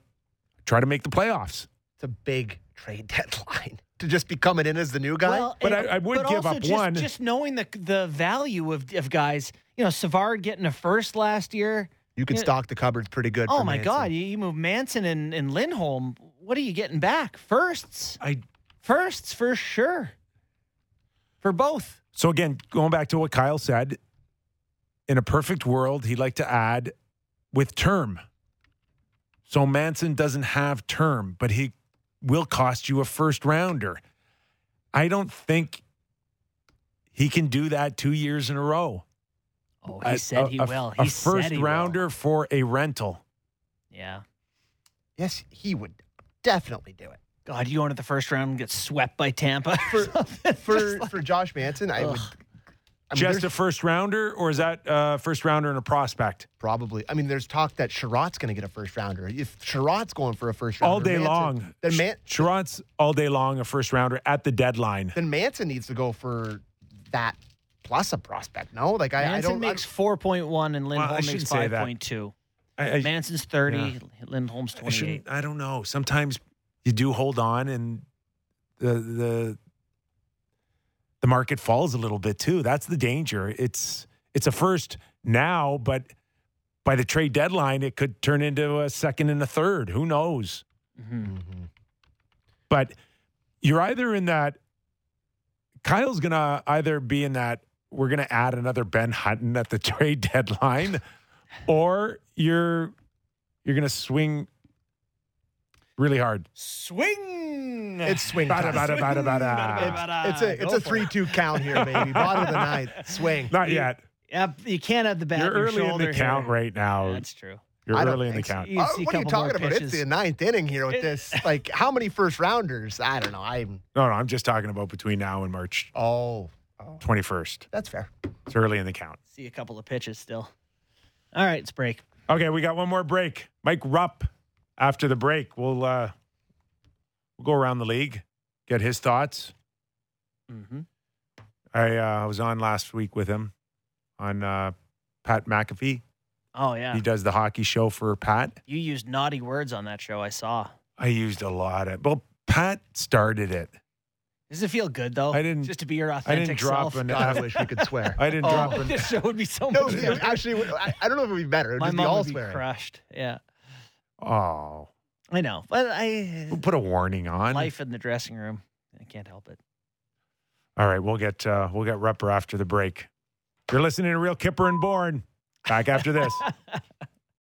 Speaker 1: try to make the playoffs.
Speaker 3: it's a big trade deadline to just be coming in as the new guy.
Speaker 2: Well,
Speaker 1: But
Speaker 2: and-
Speaker 1: I- I would
Speaker 2: but
Speaker 1: give
Speaker 2: also
Speaker 1: up
Speaker 2: just,
Speaker 1: one.
Speaker 2: Just knowing the the value of, of guys, you know, Savard getting a first last year.
Speaker 3: you can
Speaker 2: yeah.
Speaker 3: stock the cupboards pretty good.
Speaker 2: Oh
Speaker 3: for
Speaker 2: my
Speaker 3: Manson.
Speaker 2: God, you, you move Manson and, and Lindholm. What are you getting back? Firsts,
Speaker 1: I
Speaker 2: firsts for sure. For both,
Speaker 1: so again going back to what Kyle said. In a perfect world, he'd like to add with term So Manson doesn't have term, but he will cost you a first rounder. I don't think he can do that two years in a row.
Speaker 2: Oh,
Speaker 1: A-
Speaker 2: he said
Speaker 1: a-
Speaker 2: he
Speaker 1: a-
Speaker 2: will.
Speaker 1: A
Speaker 2: He said
Speaker 1: first
Speaker 2: he will.
Speaker 1: rounder for a rental.
Speaker 2: Yeah.
Speaker 3: Yes, he would definitely do it.
Speaker 2: God, you go into the first round and get swept by Tampa.
Speaker 3: For- For for Josh Manson, I would.
Speaker 2: Ugh.
Speaker 3: I mean,
Speaker 1: Just
Speaker 3: there's
Speaker 1: a first rounder, or is that uh, first rounder and a prospect?
Speaker 3: probably. I mean, there's talk that Sherrod's going to get a first rounder. If Sherrod's going for a first rounder,
Speaker 1: All day
Speaker 3: Manson-
Speaker 1: long.
Speaker 3: then Man,
Speaker 1: Sh- Sherrod's all day long a first rounder at the deadline.
Speaker 3: then Manson needs to go for that plus a prospect. No, like I, I
Speaker 2: Manson
Speaker 3: don't. I
Speaker 2: makes 4.1 and
Speaker 1: Well, I
Speaker 2: Lindholm makes
Speaker 1: shouldn't say that.
Speaker 2: 5.2.
Speaker 1: I, I-
Speaker 2: Manson's 30, Lindholm's
Speaker 1: I
Speaker 2: 28.
Speaker 1: shouldn't. I don't know. Sometimes you do hold on, and the the the market falls a little bit too. That's the danger. It's it's a first now, but by the trade deadline, it could turn into a second and a third. Who knows?
Speaker 2: Mhm.
Speaker 3: don't-
Speaker 1: But you're either in that. Kyle's gonna either be in that. We're gonna add another Ben Hutton at the trade deadline, or you're you're gonna swing really hard.
Speaker 2: Swing!
Speaker 3: It's swing.
Speaker 1: Bada,
Speaker 3: time.
Speaker 1: bada, bada, bada.
Speaker 3: It's a it's a three two count here, baby. Bottom of the ninth, swing.
Speaker 1: Not yet.
Speaker 2: Yep, you can't have the bat.
Speaker 1: You're
Speaker 2: in
Speaker 1: early
Speaker 2: your
Speaker 1: in
Speaker 2: shoulder
Speaker 1: the count
Speaker 2: here.
Speaker 1: right now.
Speaker 2: That's true.
Speaker 1: You're
Speaker 3: I don't
Speaker 1: early in the
Speaker 3: think so.
Speaker 1: count.
Speaker 2: You
Speaker 3: Uh,
Speaker 2: see a
Speaker 3: what are you
Speaker 2: couple more
Speaker 3: talking about? It's
Speaker 2: pitches.
Speaker 3: the ninth inning here with
Speaker 2: It-
Speaker 3: this. Like how many first rounders? I don't know. I'm
Speaker 1: No, no, I'm just talking about between now and March
Speaker 3: oh,
Speaker 1: 21st.
Speaker 3: that's fair.
Speaker 1: It's early in the count.
Speaker 2: See a couple of pitches still. All right, it's break.
Speaker 1: Okay, we got one more break. Mike Rupp after the break. We'll uh we'll go around the league, get his thoughts.
Speaker 2: Mm-hmm.
Speaker 1: I uh was on last week with him on uh Pat McAfee.
Speaker 2: Oh yeah,
Speaker 1: He does the hockey show for Pat.
Speaker 2: you used naughty words on that show. I saw.
Speaker 1: I used a lot of well, Pat started it.
Speaker 2: Does it feel good though?
Speaker 1: I didn't-
Speaker 2: just to be your
Speaker 1: I
Speaker 2: authentic
Speaker 1: didn't drop
Speaker 2: self.
Speaker 1: an
Speaker 3: God, I
Speaker 1: F.
Speaker 3: wish we could swear.
Speaker 1: I didn't
Speaker 3: Oh.
Speaker 1: drop an
Speaker 2: this show would be so
Speaker 3: No,
Speaker 2: much.
Speaker 3: it-
Speaker 2: better.
Speaker 3: actually, I, I don't know if it would be better. It'd
Speaker 2: My
Speaker 3: just be
Speaker 2: mom
Speaker 3: all
Speaker 2: would be
Speaker 3: swearing.
Speaker 2: crushed. Yeah,
Speaker 1: Oh.
Speaker 2: I know, but I
Speaker 1: We'll put a warning on.
Speaker 2: life in the dressing room. I can't help it.
Speaker 1: All right, we'll get uh, we'll get Rupper after the break. You're listening to Real Kipper and Born. Back after this.